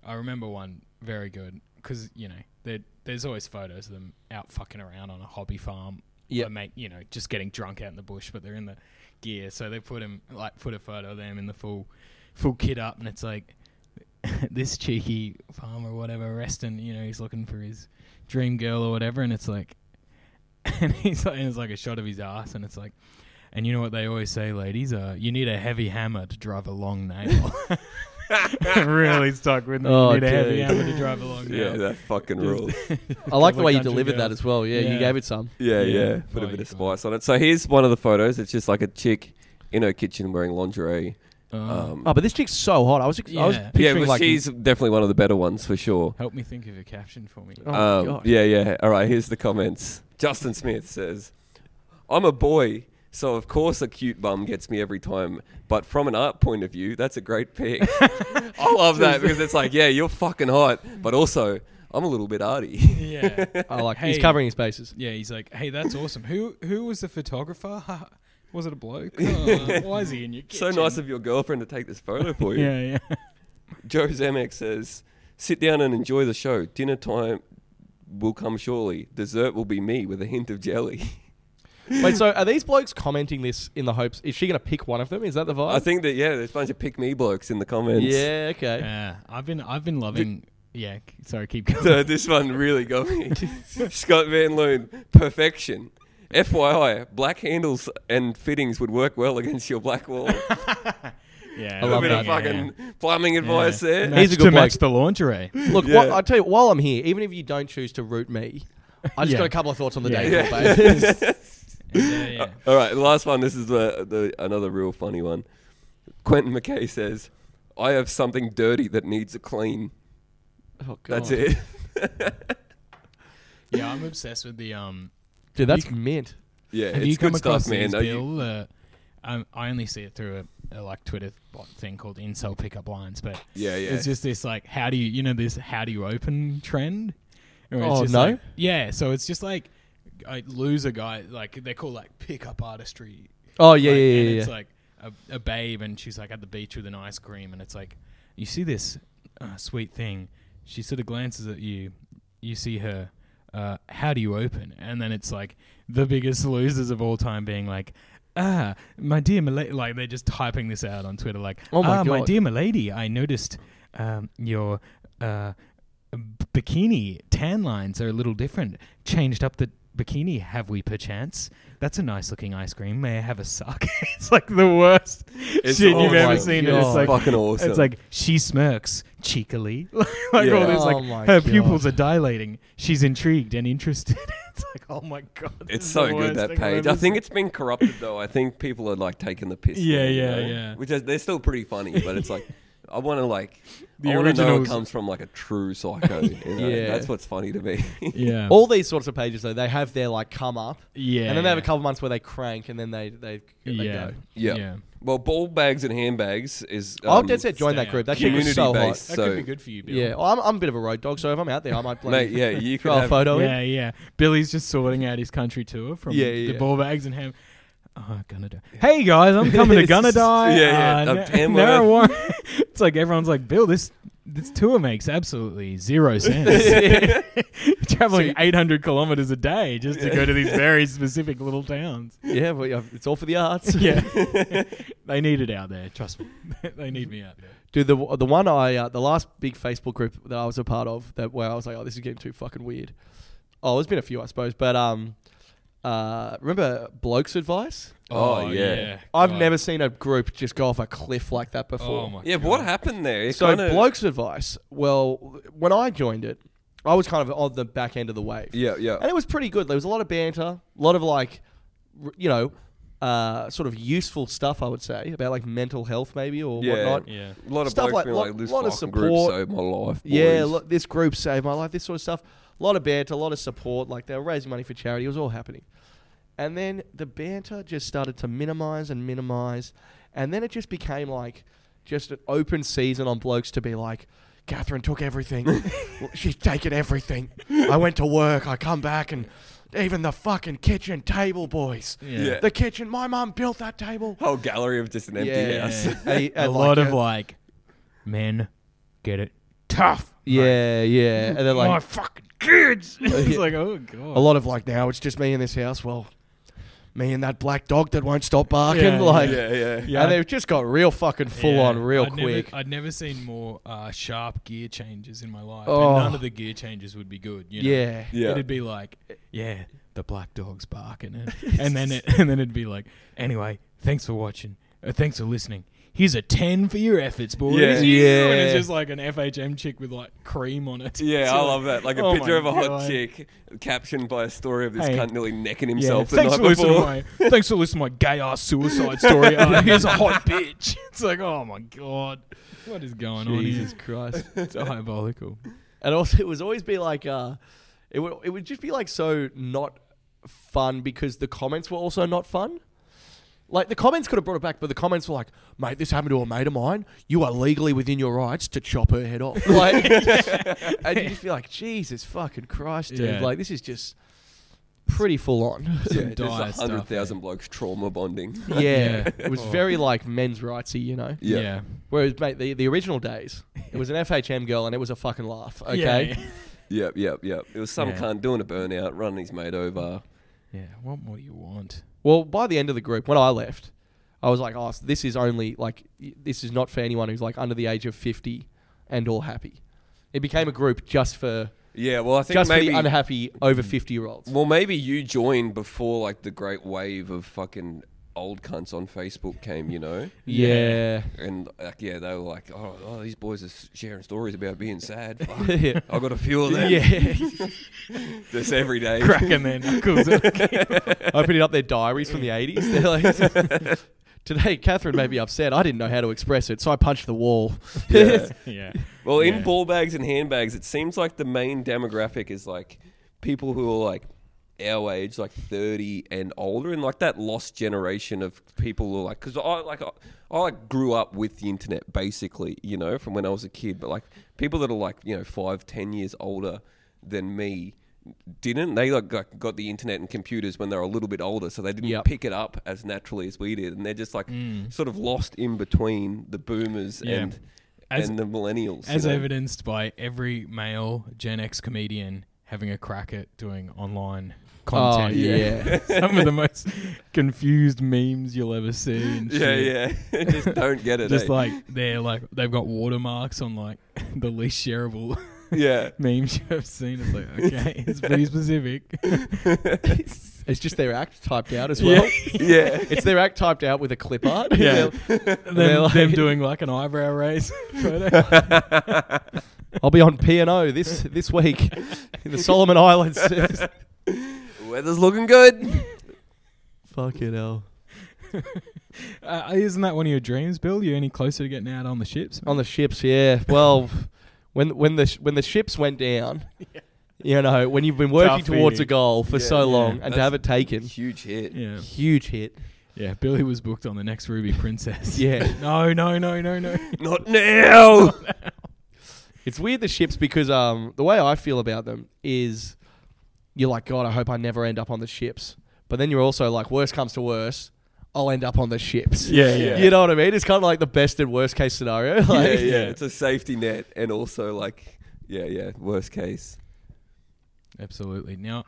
Speaker 2: I remember one very good because you know there- there's always photos of them out fucking around on a hobby farm.
Speaker 3: Yep.
Speaker 2: A mate, you know, just getting drunk out in the bush, but they're in the gear, so they put him like put a photo of them in the full full kit up, and it's like this cheeky farmer, whatever, resting. You know, he's looking for his dream girl or whatever, and it's like, and he's like, and it's like a shot of his ass, and it's like. And you know what they always say, ladies? Uh, you need a heavy hammer to drive a long nail. really stuck with me.
Speaker 3: Oh,
Speaker 2: you need a heavy
Speaker 3: dude.
Speaker 2: hammer to drive a long
Speaker 1: Yeah,
Speaker 2: nail.
Speaker 1: that fucking
Speaker 2: Just-
Speaker 1: rules.
Speaker 3: I like the
Speaker 2: Couple
Speaker 3: way
Speaker 2: of
Speaker 3: you
Speaker 2: country
Speaker 3: delivered that
Speaker 2: girls.
Speaker 3: as well. Yeah, you
Speaker 2: Yeah.
Speaker 3: gave it some.
Speaker 1: Yeah,
Speaker 2: Yeah.
Speaker 1: yeah.
Speaker 2: Oh,
Speaker 1: Put a
Speaker 2: you
Speaker 1: bit of
Speaker 2: got it.
Speaker 1: spice on it. So here's one of the photos. It's just like a chick in her kitchen wearing lingerie.
Speaker 2: Uh,
Speaker 1: Um,
Speaker 3: Oh, but this chick's so hot. I was, I was
Speaker 2: Yeah.
Speaker 1: yeah,
Speaker 3: picturing
Speaker 1: but
Speaker 3: like.
Speaker 1: she's definitely one of the better ones for sure.
Speaker 2: help me think of a caption for me.
Speaker 3: oh my
Speaker 1: um,
Speaker 3: God.
Speaker 1: Yeah, yeah. All right, here's the comments. Justin Smith says, I'm a boy, so of course a cute bum gets me every time. But from an art point of view, that's a great pick. I love that because it's like, yeah, you're fucking hot, but also I'm a little bit arty.
Speaker 2: Yeah.
Speaker 3: I like. He's
Speaker 2: Hey.
Speaker 3: covering his bases.
Speaker 2: yeah, he's like, hey, that's awesome. Who who was the photographer? Ha, ha. was it a bloke? Oh, why is he in your
Speaker 1: so
Speaker 2: kitchen?
Speaker 1: nice of your girlfriend to take this photo for you.
Speaker 2: Yeah, yeah.
Speaker 1: Joe Zemek says, "Sit down and enjoy the show. Dinner time will come shortly. Dessert will be me with a hint of jelly."
Speaker 3: Wait, so are these blokes commenting this in the hopes? Is she going to pick one of them? Is that the vibe?
Speaker 1: I think that yeah, there's a bunch of pick me blokes in the comments.
Speaker 3: Yeah. Okay.
Speaker 2: Yeah, I've been I've been loving. Yeah, c- sorry, keep going.
Speaker 1: So this one really got me. Scott Van Loon, perfection. FYI, black handles and fittings would work well against your black wall.
Speaker 2: yeah,
Speaker 1: a
Speaker 3: I love
Speaker 1: bit
Speaker 2: yeah,
Speaker 1: of
Speaker 2: yeah,
Speaker 1: fucking
Speaker 2: yeah.
Speaker 1: plumbing advice
Speaker 2: Yeah.
Speaker 1: there.
Speaker 2: Match
Speaker 3: He's a
Speaker 2: to
Speaker 3: good
Speaker 2: match
Speaker 3: bloke.
Speaker 2: the lingerie.
Speaker 3: Look,
Speaker 1: Yeah.
Speaker 3: what, I tell you, while I'm here, even if you don't choose to root me, I just
Speaker 2: Yeah.
Speaker 3: got a couple of thoughts on the
Speaker 2: Yeah.
Speaker 3: day.
Speaker 2: Yeah.
Speaker 3: babe.
Speaker 2: yeah, yeah.
Speaker 1: All right, the last one. This is the, the another real funny one. Quentin McKay says, "I have something dirty that needs a clean."
Speaker 3: Oh, God.
Speaker 1: That's it.
Speaker 2: yeah, I'm obsessed with the um.
Speaker 3: dude. That's
Speaker 2: You-
Speaker 3: mint.
Speaker 1: Yeah,
Speaker 2: Have
Speaker 1: it's
Speaker 2: you come
Speaker 1: good
Speaker 2: across
Speaker 1: stuff, man.
Speaker 2: these,
Speaker 1: Are you-
Speaker 2: Bill? Uh, um, I only see it through a, a like Twitter bot thing called incel pickup lines, but
Speaker 1: yeah, yeah.
Speaker 2: it's just this like how do you you know this how do you open trend? Or
Speaker 3: Oh,
Speaker 2: just
Speaker 3: no.
Speaker 2: like- yeah, so it's just like I lose a guy like they call like pickup artistry.
Speaker 3: Oh yeah,
Speaker 2: like,
Speaker 3: yeah, yeah,
Speaker 2: and
Speaker 3: yeah.
Speaker 2: It's like a, a babe and she's like at the beach with an ice cream and it's like you see this uh, sweet thing. She sort of glances at you. you see her. Uh, how do you open? And then it's like the biggest losers of all time being like, ah, my dear milady. Like they're just typing this out on Twitter, like,
Speaker 3: Oh my
Speaker 2: ah, my
Speaker 3: God.
Speaker 2: dear milady, I noticed um, your uh, b- bikini tan lines are a little different. Changed up the bikini, have we perchance? That's a nice looking ice cream. May I have a suck? it's like the worst shit
Speaker 1: oh
Speaker 2: you've
Speaker 1: my
Speaker 2: ever seen. And it's like
Speaker 3: God.
Speaker 1: fucking awesome.
Speaker 2: it's like she smirks cheekily, like all
Speaker 1: Yeah.
Speaker 2: this. Like
Speaker 3: Oh my
Speaker 2: her
Speaker 3: God.
Speaker 2: pupils are dilating. She's intrigued and interested. it's like, oh my god, this
Speaker 1: It's
Speaker 2: is
Speaker 1: so
Speaker 2: the
Speaker 1: good
Speaker 2: worst
Speaker 1: that
Speaker 2: thing I've
Speaker 1: page.
Speaker 2: ever
Speaker 1: I think
Speaker 2: seen.
Speaker 1: it's been corrupted though. I think people are like taking the piss.
Speaker 2: Yeah,
Speaker 1: now, you
Speaker 2: yeah,
Speaker 1: know?
Speaker 2: yeah.
Speaker 1: Which is, they're still pretty funny, but it's like I want to like
Speaker 2: The
Speaker 1: I want to know it
Speaker 2: originals.
Speaker 1: comes from like a true psycho. You know?
Speaker 3: Yeah.
Speaker 1: that's what's funny to me.
Speaker 2: yeah,
Speaker 3: All these sorts of pages though, they have their like come up,
Speaker 2: yeah,
Speaker 3: and then they have a couple months where they crank, and then they they, they
Speaker 2: yeah,
Speaker 3: go.
Speaker 1: Yeah.
Speaker 2: yeah.
Speaker 1: well, ball bags and handbags is
Speaker 2: Oh,
Speaker 3: I'll
Speaker 1: um,
Speaker 3: dead set join that
Speaker 2: Stan.
Speaker 3: group. That shit
Speaker 1: community
Speaker 3: was so
Speaker 1: based.
Speaker 3: hot.
Speaker 2: That
Speaker 1: So
Speaker 2: could be good for you, Bill.
Speaker 3: Yeah, well, I'm, I'm a bit of a road dog, so if I'm out there, I might play.
Speaker 1: mate, yeah, you could
Speaker 3: throw a
Speaker 1: have.
Speaker 3: photo in.
Speaker 2: yeah, yeah. Billy's just sorting out his country tour from
Speaker 3: Yeah,
Speaker 2: the
Speaker 3: yeah.
Speaker 2: ball bags and ham. Oh, gonna die. Hey guys, I'm coming to Gonna Die.
Speaker 1: Yeah, yeah,
Speaker 2: Uh,
Speaker 1: I'm Tam
Speaker 2: Nara
Speaker 1: Warren.
Speaker 2: Warren. it's like everyone's like, Bill, this this tour makes absolutely zero sense. Traveling 800 kilometers a day just to go to these very specific little towns.
Speaker 3: Yeah, well, yeah, it's all for the arts.
Speaker 2: Yeah, they need it out there. Trust me, they need me out there.
Speaker 3: Dude, the the one I uh, the last big Facebook group that I was a part of that where I was like, oh, this is getting too fucking weird. Oh, there's been a few, I suppose, but um, uh, remember blokes' advice?
Speaker 1: Oh, yeah.
Speaker 3: I've
Speaker 2: God.
Speaker 3: never seen a group just go off a cliff like that before.
Speaker 2: Oh my
Speaker 1: Yeah,
Speaker 2: God.
Speaker 1: what happened there? It
Speaker 3: so
Speaker 1: kinda-
Speaker 3: blokes' advice. Well, when I joined it, I was kind of on the back end of the wave.
Speaker 1: Yeah,
Speaker 3: and
Speaker 1: yeah.
Speaker 3: it was pretty good. There was a lot of banter, a lot of like, r- you know, uh, sort of useful stuff. I would say about like mental health, maybe or
Speaker 1: Yeah.
Speaker 3: whatnot.
Speaker 2: Yeah.
Speaker 1: A lot of
Speaker 3: stuff
Speaker 1: blokes
Speaker 3: like-
Speaker 1: being
Speaker 3: lot-
Speaker 1: like, this
Speaker 3: lot of
Speaker 1: fucking group
Speaker 3: support.
Speaker 1: saved my life.
Speaker 3: Yeah,
Speaker 1: boys."
Speaker 3: look, this group saved my life. This sort of stuff. A lot of banter, a lot of support. Like they were raising money for charity. It was all happening. And then the banter just started to minimize and minimize. And then it just became like just an open season on blokes to be like, Catherine took everything. Well, She's taken everything. I went to work. I come back and even the fucking kitchen table, boys.
Speaker 1: Yeah.
Speaker 3: The kitchen. My mum built that table.
Speaker 1: whole gallery of just an empty
Speaker 3: Yeah.
Speaker 1: house.
Speaker 3: A-
Speaker 2: a
Speaker 3: and
Speaker 2: lot
Speaker 3: like
Speaker 2: of
Speaker 3: a-
Speaker 2: like men get it tough.
Speaker 3: Yeah, yeah. And then like
Speaker 2: my fucking kids. it's
Speaker 3: yeah.
Speaker 2: like, oh god.
Speaker 3: a lot of like now it's just me in this house. Well, me and that black dog that won't stop barking.
Speaker 2: Yeah,
Speaker 3: like,
Speaker 1: yeah, yeah.
Speaker 2: Yeah.
Speaker 3: and they've just got real fucking full on real
Speaker 2: I'd
Speaker 3: quick.
Speaker 2: Never, I'd never seen more uh, sharp gear changes in my life.
Speaker 3: Oh.
Speaker 2: And none of the gear changes would be good. You know?
Speaker 3: yeah.
Speaker 1: Yeah.
Speaker 2: It'd be like, yeah, the black dog's barking, and, and then it, and then it'd be like, anyway, thanks for watching. Uh, thanks for listening. Here's a ten for your efforts, boys.
Speaker 1: Yeah.
Speaker 2: And it's
Speaker 3: Yeah.
Speaker 2: just like an FHM chick with like cream on it.
Speaker 1: Yeah,
Speaker 2: It's
Speaker 1: I
Speaker 2: like,
Speaker 1: love that. Like a
Speaker 2: oh
Speaker 1: picture
Speaker 2: my
Speaker 1: of a hot
Speaker 2: God.
Speaker 1: chick captioned by a story of this
Speaker 2: Hey.
Speaker 1: cunt nearly necking
Speaker 2: Yeah,
Speaker 1: himself the
Speaker 2: thanks,
Speaker 1: night
Speaker 2: for listening to
Speaker 1: before.
Speaker 2: my, thanks for listening to my gay ass suicide story. Uh, here's a hot bitch. It's like, oh my god, what is going
Speaker 3: Jesus
Speaker 2: on?
Speaker 3: Christ.
Speaker 2: here? It's diabolical.
Speaker 3: And also, it was always be like, uh, it would it would just be like so not fun because the comments were also not fun. Like the comments could have brought it back, but the comments were like, "Mate, this happened to a mate of mine. You are legally within your rights to chop her head off." Like, and you just be like, "Jesus fucking Christ, dude!
Speaker 2: Yeah.
Speaker 3: Like this is just pretty full on."
Speaker 1: Yeah,
Speaker 2: Some
Speaker 1: just
Speaker 2: dire
Speaker 1: a
Speaker 2: stuff,
Speaker 1: hundred thousand blokes trauma bonding.
Speaker 3: yeah,
Speaker 2: Yeah.
Speaker 3: it was
Speaker 2: Oh.
Speaker 3: very like men's rightsy, you know.
Speaker 1: Yeah.
Speaker 2: Yeah.
Speaker 3: Whereas, mate, the, the original days, it was an FHM girl, and it was a fucking laugh. Okay,
Speaker 2: Yeah.
Speaker 1: Yep, yep, yep. It was some
Speaker 2: Yeah.
Speaker 1: cunt doing a burnout, running his mate over.
Speaker 2: Yeah, What more do you want?
Speaker 3: Well, by the end of the group, when I left, I was like, "Oh, so this is only like y- this is not for anyone who's like under the age of fifty and all happy." It became a group just for
Speaker 1: Yeah, well, I think
Speaker 3: just for
Speaker 1: maybe
Speaker 3: the unhappy over fifty year olds.
Speaker 1: well, maybe you joined before like the great wave of fucking old cunts on Facebook came, you know,
Speaker 3: Yeah,
Speaker 1: and like yeah, they were like, oh, oh these boys are s- sharing stories about being sad. Fuck.
Speaker 3: yeah,
Speaker 1: I got a few of them.
Speaker 3: yeah.
Speaker 1: just every day.
Speaker 2: Cracking their knuckles.
Speaker 3: Opening up their diaries from the eighties, they're like. Today, Catherine made me upset. I didn't know how to express it, so I punched the wall.
Speaker 1: Yeah.
Speaker 2: yeah.
Speaker 1: Well, in
Speaker 2: Yeah.
Speaker 1: ball bags and handbags, it seems like the main demographic is like people who are like our age, like thirty and older, and like that lost generation of people who are like because I like I, I like grew up with the internet basically, you know, from when I was a kid. But like people that are like you know five, ten years older than me didn't they like got, got the internet and computers when they were a little bit older so they didn't
Speaker 3: Yep.
Speaker 1: pick it up as naturally as we did and they're just like sort of lost in between the boomers
Speaker 2: Mm. Yeah.
Speaker 1: and
Speaker 2: As-
Speaker 1: and the millennials.
Speaker 2: as
Speaker 1: you know.
Speaker 2: evidenced by every male Gen X comedian having a crack at doing online content.
Speaker 3: yeah.
Speaker 2: Some of the most confused memes you'll ever see. And
Speaker 1: Yeah,
Speaker 2: shit.
Speaker 1: yeah. Just don't get it.
Speaker 2: Just
Speaker 1: eh?
Speaker 2: like they're like they've got watermarks on like the least shareable
Speaker 1: yeah.
Speaker 2: memes you've seen. It's like okay, it's pretty specific.
Speaker 3: It's just their act typed out as well.
Speaker 1: Yeah.
Speaker 3: It's their act typed out with a clip art.
Speaker 2: Yeah. them,
Speaker 3: like-
Speaker 2: them doing like an eyebrow raise. eh? photo.
Speaker 3: I'll be on P and O this this week in the Solomon Islands.
Speaker 1: Weather's looking good.
Speaker 3: Fucking hell.
Speaker 2: uh, isn't that one of your dreams, Bill? You any closer to getting out on the ships?
Speaker 3: On the ships, yeah. Well, when when the sh- when the ships went down, you know, when you've been working
Speaker 2: Tough
Speaker 3: towards a
Speaker 2: feeling.
Speaker 3: goal for
Speaker 1: Yeah,
Speaker 3: so
Speaker 1: yeah.
Speaker 3: long and to
Speaker 1: That's-
Speaker 3: have it taken,
Speaker 1: Huge hit.
Speaker 2: yeah.
Speaker 3: huge hit.
Speaker 2: Yeah, Billy was booked on the next Ruby Princess.
Speaker 3: Yeah.
Speaker 2: no, no, no, no, no.
Speaker 1: Not now.
Speaker 3: It's weird the ships because um the way I feel about them is you're like God, I hope I never end up on the ships. But then you're also like, worst comes to worst, I'll end up on the ships.
Speaker 2: Yeah, yeah.
Speaker 3: You know what I mean? It's kind of like the best and worst case scenario.
Speaker 1: yeah,
Speaker 3: Like,
Speaker 1: yeah. It's a safety net, and also like, yeah, yeah. Worst case.
Speaker 2: Absolutely. Now,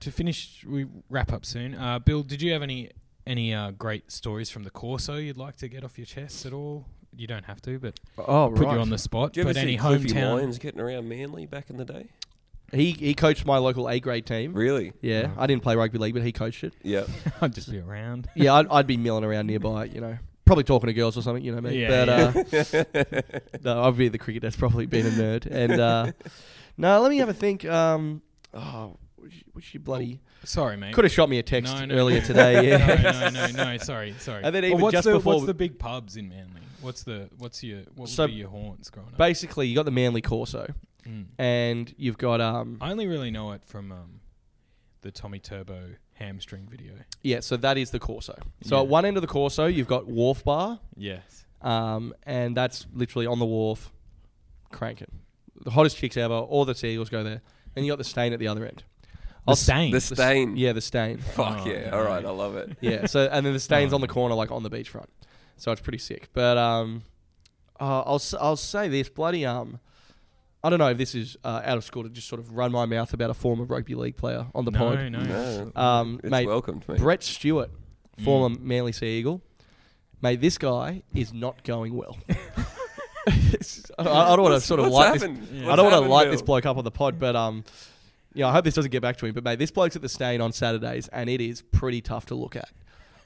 Speaker 2: to finish, we wrap up soon. Uh, Bill, did you have any any uh, great stories from the Corso you'd like to get off your chest at all? You don't have to, but
Speaker 3: Oh,
Speaker 2: put you on the spot.
Speaker 1: Do you ever
Speaker 2: But any
Speaker 1: see Cliffy
Speaker 2: hometown?
Speaker 1: Lyons getting around Manly back in the day?
Speaker 3: He he coached my local A grade team.
Speaker 1: Really?
Speaker 3: Yeah, I didn't play rugby league, but he coached it.
Speaker 1: Yeah.
Speaker 2: I'd just be around.
Speaker 3: Yeah, I'd, I'd be milling around nearby, you know, probably talking to girls or something, you know me.
Speaker 2: Yeah,
Speaker 3: but Uh, no, I'd be the cricket that's probably been a nerd. And uh, no, let me have a think. Um, oh, was she, was she bloody?
Speaker 2: Sorry, mate.
Speaker 3: Could have shot me a text
Speaker 2: No, no,
Speaker 3: earlier
Speaker 2: no.
Speaker 3: today. Yeah.
Speaker 2: no, no, no, no. Sorry, sorry.
Speaker 3: And then
Speaker 2: Well,
Speaker 3: even
Speaker 2: what's
Speaker 3: just
Speaker 2: the,
Speaker 3: before
Speaker 2: what's
Speaker 3: we-
Speaker 2: the big pubs in Manly? What's the what's your what would
Speaker 3: So-
Speaker 2: be your haunts growing up?
Speaker 3: Basically, you got the Manly Corso,
Speaker 2: Mm.
Speaker 3: and you've got um,
Speaker 2: I only really know it from um, the Tommy Turbo hamstring video.
Speaker 3: yeah. So that is the Corso. So
Speaker 2: Yeah.
Speaker 3: at one end of the Corso, you've got Wharf Bar,
Speaker 2: Yes.
Speaker 3: um, and that's literally on the wharf, cranking. The hottest chicks ever. All the seagulls go there, and you got the stain at the other end.
Speaker 2: The
Speaker 3: I'll-
Speaker 2: stain.
Speaker 1: the
Speaker 3: the s-
Speaker 1: stain.
Speaker 3: Yeah, the stain.
Speaker 1: Fuck
Speaker 2: Oh,
Speaker 1: yeah.
Speaker 2: yeah.
Speaker 1: All right. I love it.
Speaker 3: Yeah. So and then the stain's
Speaker 2: Oh,
Speaker 3: on the
Speaker 2: yeah.
Speaker 3: corner, like on the beachfront. So it's pretty sick. But um, uh, I'll s- I'll say this bloody um, I don't know if this is uh, out of school to just sort of run my mouth about a former rugby league player on the
Speaker 2: no,
Speaker 3: pod.
Speaker 2: No,
Speaker 1: No.
Speaker 3: Um,
Speaker 1: It's
Speaker 3: mate,
Speaker 1: welcomed me.
Speaker 3: Brett Stewart,
Speaker 2: Mm.
Speaker 3: former Manly Sea Eagle. Mate, this guy is not going well. I, I don't want to
Speaker 1: What's-
Speaker 3: sort of
Speaker 1: what's
Speaker 3: light this.
Speaker 1: happened?
Speaker 2: Yeah.
Speaker 3: I
Speaker 1: What's
Speaker 3: don't want to
Speaker 1: happened,
Speaker 3: light this
Speaker 1: Bill?
Speaker 3: bloke up on the pod, but um, yeah, I hope this doesn't get back to him. But mate, this bloke's at the stain on Saturdays, and it is pretty tough to look at.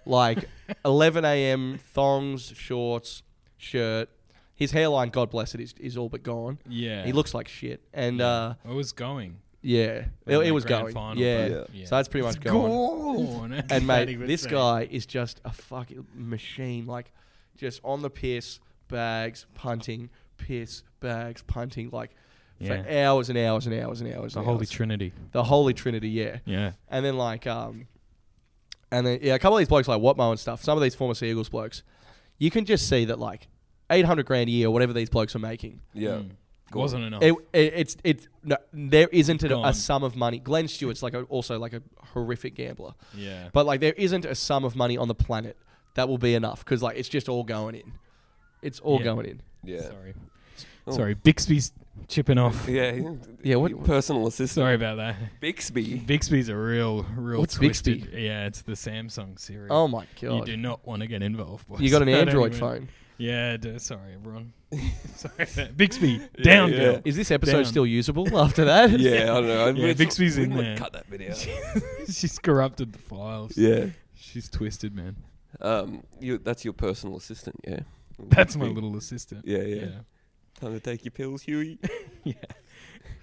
Speaker 3: Like 11 a.m. thongs, shorts, shirt. His hairline, God bless it, is, is all but gone.
Speaker 2: Yeah.
Speaker 3: He looks like shit, and uh,
Speaker 2: I was going.
Speaker 3: yeah, it,
Speaker 2: Like
Speaker 3: it
Speaker 2: that
Speaker 3: was
Speaker 2: grand
Speaker 3: going.
Speaker 2: final,
Speaker 3: yeah.
Speaker 1: but-
Speaker 2: Yeah.
Speaker 3: so that's pretty much gone.
Speaker 2: Gone.
Speaker 3: And mate, this guy is just a fucking machine. Like, just on the piss, bags, punting, piss, bags, punting, like for
Speaker 2: Yeah.
Speaker 3: hours and hours and hours and hours.
Speaker 2: The
Speaker 3: and
Speaker 2: Holy
Speaker 3: hours.
Speaker 2: Trinity.
Speaker 3: the Holy Trinity, yeah.
Speaker 2: Yeah.
Speaker 3: And then like, um, and then yeah, a couple of these blokes like Watmo and stuff. Some of these former Sea Eagles blokes, you can just see that like. 800 grand a year, whatever these blokes are making.
Speaker 1: Yeah. Go on.
Speaker 2: Hmm. Wasn't enough.
Speaker 3: It, it, it's, it's, no, there isn't a, a
Speaker 2: Oh. Gone.
Speaker 3: sum of money. Glenn Stewart's like a, also like a horrific gambler.
Speaker 2: yeah.
Speaker 3: But like, there isn't a sum of money on the planet that will be enough because like it's just all going in. It's all
Speaker 2: Yeah.
Speaker 3: going in.
Speaker 1: Yeah.
Speaker 2: Sorry.
Speaker 1: Oh.
Speaker 2: Sorry. Bixby's chipping off.
Speaker 1: Yeah. yeah.
Speaker 3: Yeah, what-
Speaker 1: Your personal assistant
Speaker 2: Sorry about that.
Speaker 1: Bixby.
Speaker 2: Bixby's a real, real.
Speaker 3: What's
Speaker 2: twisted.
Speaker 3: Bixby?
Speaker 2: Yeah, it's the Samsung series.
Speaker 3: Oh my
Speaker 2: You
Speaker 3: god!
Speaker 2: do
Speaker 3: You,
Speaker 2: not want to get involved. Boys.
Speaker 3: got an
Speaker 2: I don't
Speaker 3: Android
Speaker 2: even-
Speaker 3: phone.
Speaker 2: Yeah. I do. sorry, everyone. sorry. Bixby, down,
Speaker 1: yeah.
Speaker 2: Bill.
Speaker 3: Is this episode
Speaker 2: Down.
Speaker 3: still usable after that?
Speaker 1: Yeah, I don't know.
Speaker 2: Yeah, Bixby's in there.
Speaker 1: Cut that bit out.
Speaker 2: She's corrupted the files.
Speaker 1: yeah.
Speaker 2: She's twisted, man.
Speaker 1: Um, you, that's your personal assistant, yeah.
Speaker 2: That's my
Speaker 1: Bixby.
Speaker 2: little assistant.
Speaker 1: Yeah, yeah. Time to take your pills, Huey.
Speaker 2: It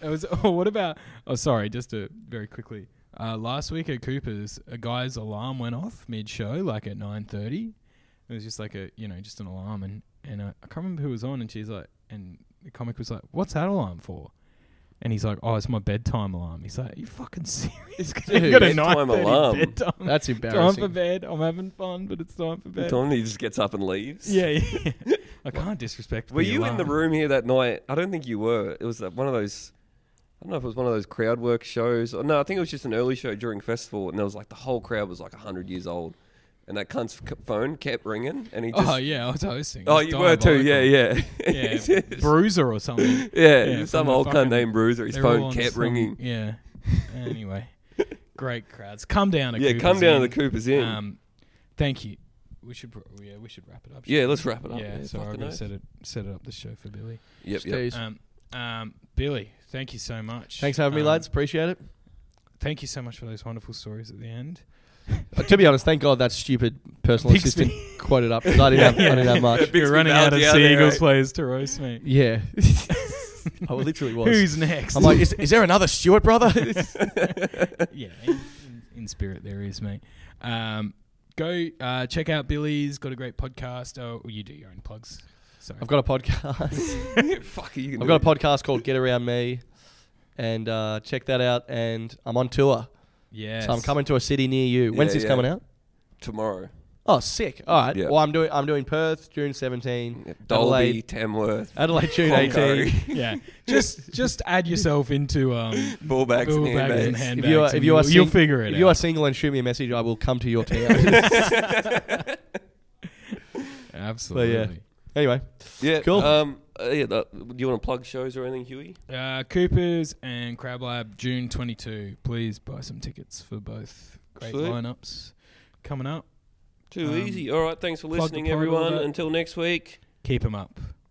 Speaker 2: was. Oh, what about? Oh, sorry. Just to very quickly. Uh, last week at Cooper's, a guy's alarm went off mid-show, like at nine thirty. It was just like a, you know, just an alarm, and and uh, I can't remember who was on, and she's like, and the comic was like, "What's that alarm for?" And he's like, "Oh, it's my bedtime alarm." He's like, "Are you fucking serious?
Speaker 3: Dude,
Speaker 2: you got a
Speaker 1: bedtime
Speaker 2: 9:30
Speaker 1: alarm.
Speaker 2: Bedtime.
Speaker 3: That's
Speaker 2: time for
Speaker 3: embarrassing.
Speaker 2: bed. I'm having fun, but it's time for bed.
Speaker 1: Tom, he just gets up and leaves.
Speaker 2: Yeah, yeah. I can't disrespect.
Speaker 1: Were
Speaker 2: the
Speaker 1: you in the
Speaker 2: alarm.
Speaker 1: room here that night? I don't think you were. It was uh, one of those. I don't know if it was one of those crowd work shows. Or no, I think it was just an early show during festival, and there was like the whole crowd was like hundred years old, and that cunt's c- phone kept ringing, and he just.
Speaker 2: Oh yeah, I was hosting.
Speaker 1: Oh, you were too, yeah, yeah.
Speaker 2: yeah, bruiser or something.
Speaker 1: Yeah,
Speaker 2: Yeah,
Speaker 1: some
Speaker 2: from the
Speaker 1: old cunt
Speaker 2: fucking-
Speaker 1: named Bruiser. His
Speaker 2: They're all
Speaker 1: phone
Speaker 2: on
Speaker 1: kept
Speaker 2: some-
Speaker 1: ringing.
Speaker 2: Yeah. Anyway, great crowds. Come down to
Speaker 1: Yeah,
Speaker 2: Cooper's
Speaker 1: come down to
Speaker 2: Inn.
Speaker 1: the Cooper's Inn.
Speaker 2: Um, thank you. We should. pro- Yeah, we should wrap it up.
Speaker 1: yeah,
Speaker 2: shouldn't
Speaker 1: let's wrap it
Speaker 2: we?
Speaker 1: up.
Speaker 2: yeah.
Speaker 1: man.
Speaker 2: so I'm
Speaker 1: Fucking
Speaker 2: gonna
Speaker 1: oath.
Speaker 2: set it set it up the show for Billy.
Speaker 1: Yep, yep.
Speaker 3: Steez.
Speaker 2: Um, um, Billy, thank you so much.
Speaker 3: Thanks for having me,
Speaker 2: Um,
Speaker 3: lads. Appreciate it.
Speaker 2: Thank you so much for those wonderful stories at the end.
Speaker 3: Uh, to be honest, thank God that stupid personal
Speaker 2: Pigsby.
Speaker 3: assistant quoted up 'cause I didn't have, I didn't have much.
Speaker 1: Bixby
Speaker 2: You're running out of
Speaker 1: Valdi out
Speaker 2: Sea
Speaker 1: there,
Speaker 2: Eagles
Speaker 1: eh?
Speaker 2: players to roast me.
Speaker 3: Yeah, I Oh, literally was.
Speaker 2: Who's next?
Speaker 3: I'm like, is, is there another Stewart brother?
Speaker 2: yeah, in, in, in spirit there is, mate. Um, go uh, check out Billy's got a great podcast. Oh, you do your own plugs. Sorry,
Speaker 3: I've got a podcast.
Speaker 1: Fuck, you can
Speaker 3: I've
Speaker 1: do
Speaker 3: got a podcast called Get Around Me, and uh, check that out. And I'm on tour,
Speaker 2: yeah.
Speaker 3: so I'm coming to a city near you.
Speaker 1: Yeah,
Speaker 3: When's this
Speaker 1: yeah.
Speaker 3: coming out?
Speaker 1: it tomorrow.
Speaker 3: Oh, sick! All right.
Speaker 1: Yeah.
Speaker 3: Well, I'm doing I'm doing Perth June 17,
Speaker 1: Yep. Dolby,
Speaker 3: Adelaide
Speaker 1: Tamworth,
Speaker 3: Adelaide June
Speaker 1: Congo.
Speaker 3: 18.
Speaker 2: Yeah, just just add yourself into um,
Speaker 1: ball bags,
Speaker 2: Google
Speaker 1: and
Speaker 2: bags and
Speaker 1: handbags.
Speaker 2: handbags.
Speaker 3: If you are
Speaker 2: and
Speaker 3: if you
Speaker 2: you'll,
Speaker 3: are
Speaker 2: you'll
Speaker 3: sing-
Speaker 2: figure it
Speaker 3: if you are
Speaker 2: out.
Speaker 3: single and shoot me a message, I will come to your town.
Speaker 2: Absolutely.
Speaker 3: anyway,
Speaker 1: Yeah,
Speaker 3: Cool.
Speaker 1: Um, uh, yeah, that, do you want to plug shows or anything, Huey?
Speaker 2: Uh, Coopers and Crab Lab, June 22. Please buy some tickets for both great
Speaker 1: Sweet.
Speaker 2: lineups coming up.
Speaker 1: Too
Speaker 2: Um,
Speaker 1: easy. All right, thanks for
Speaker 2: plug the
Speaker 1: listening,
Speaker 2: pod, all
Speaker 1: everyone.
Speaker 2: that.
Speaker 1: Until next week.
Speaker 2: Keep them up.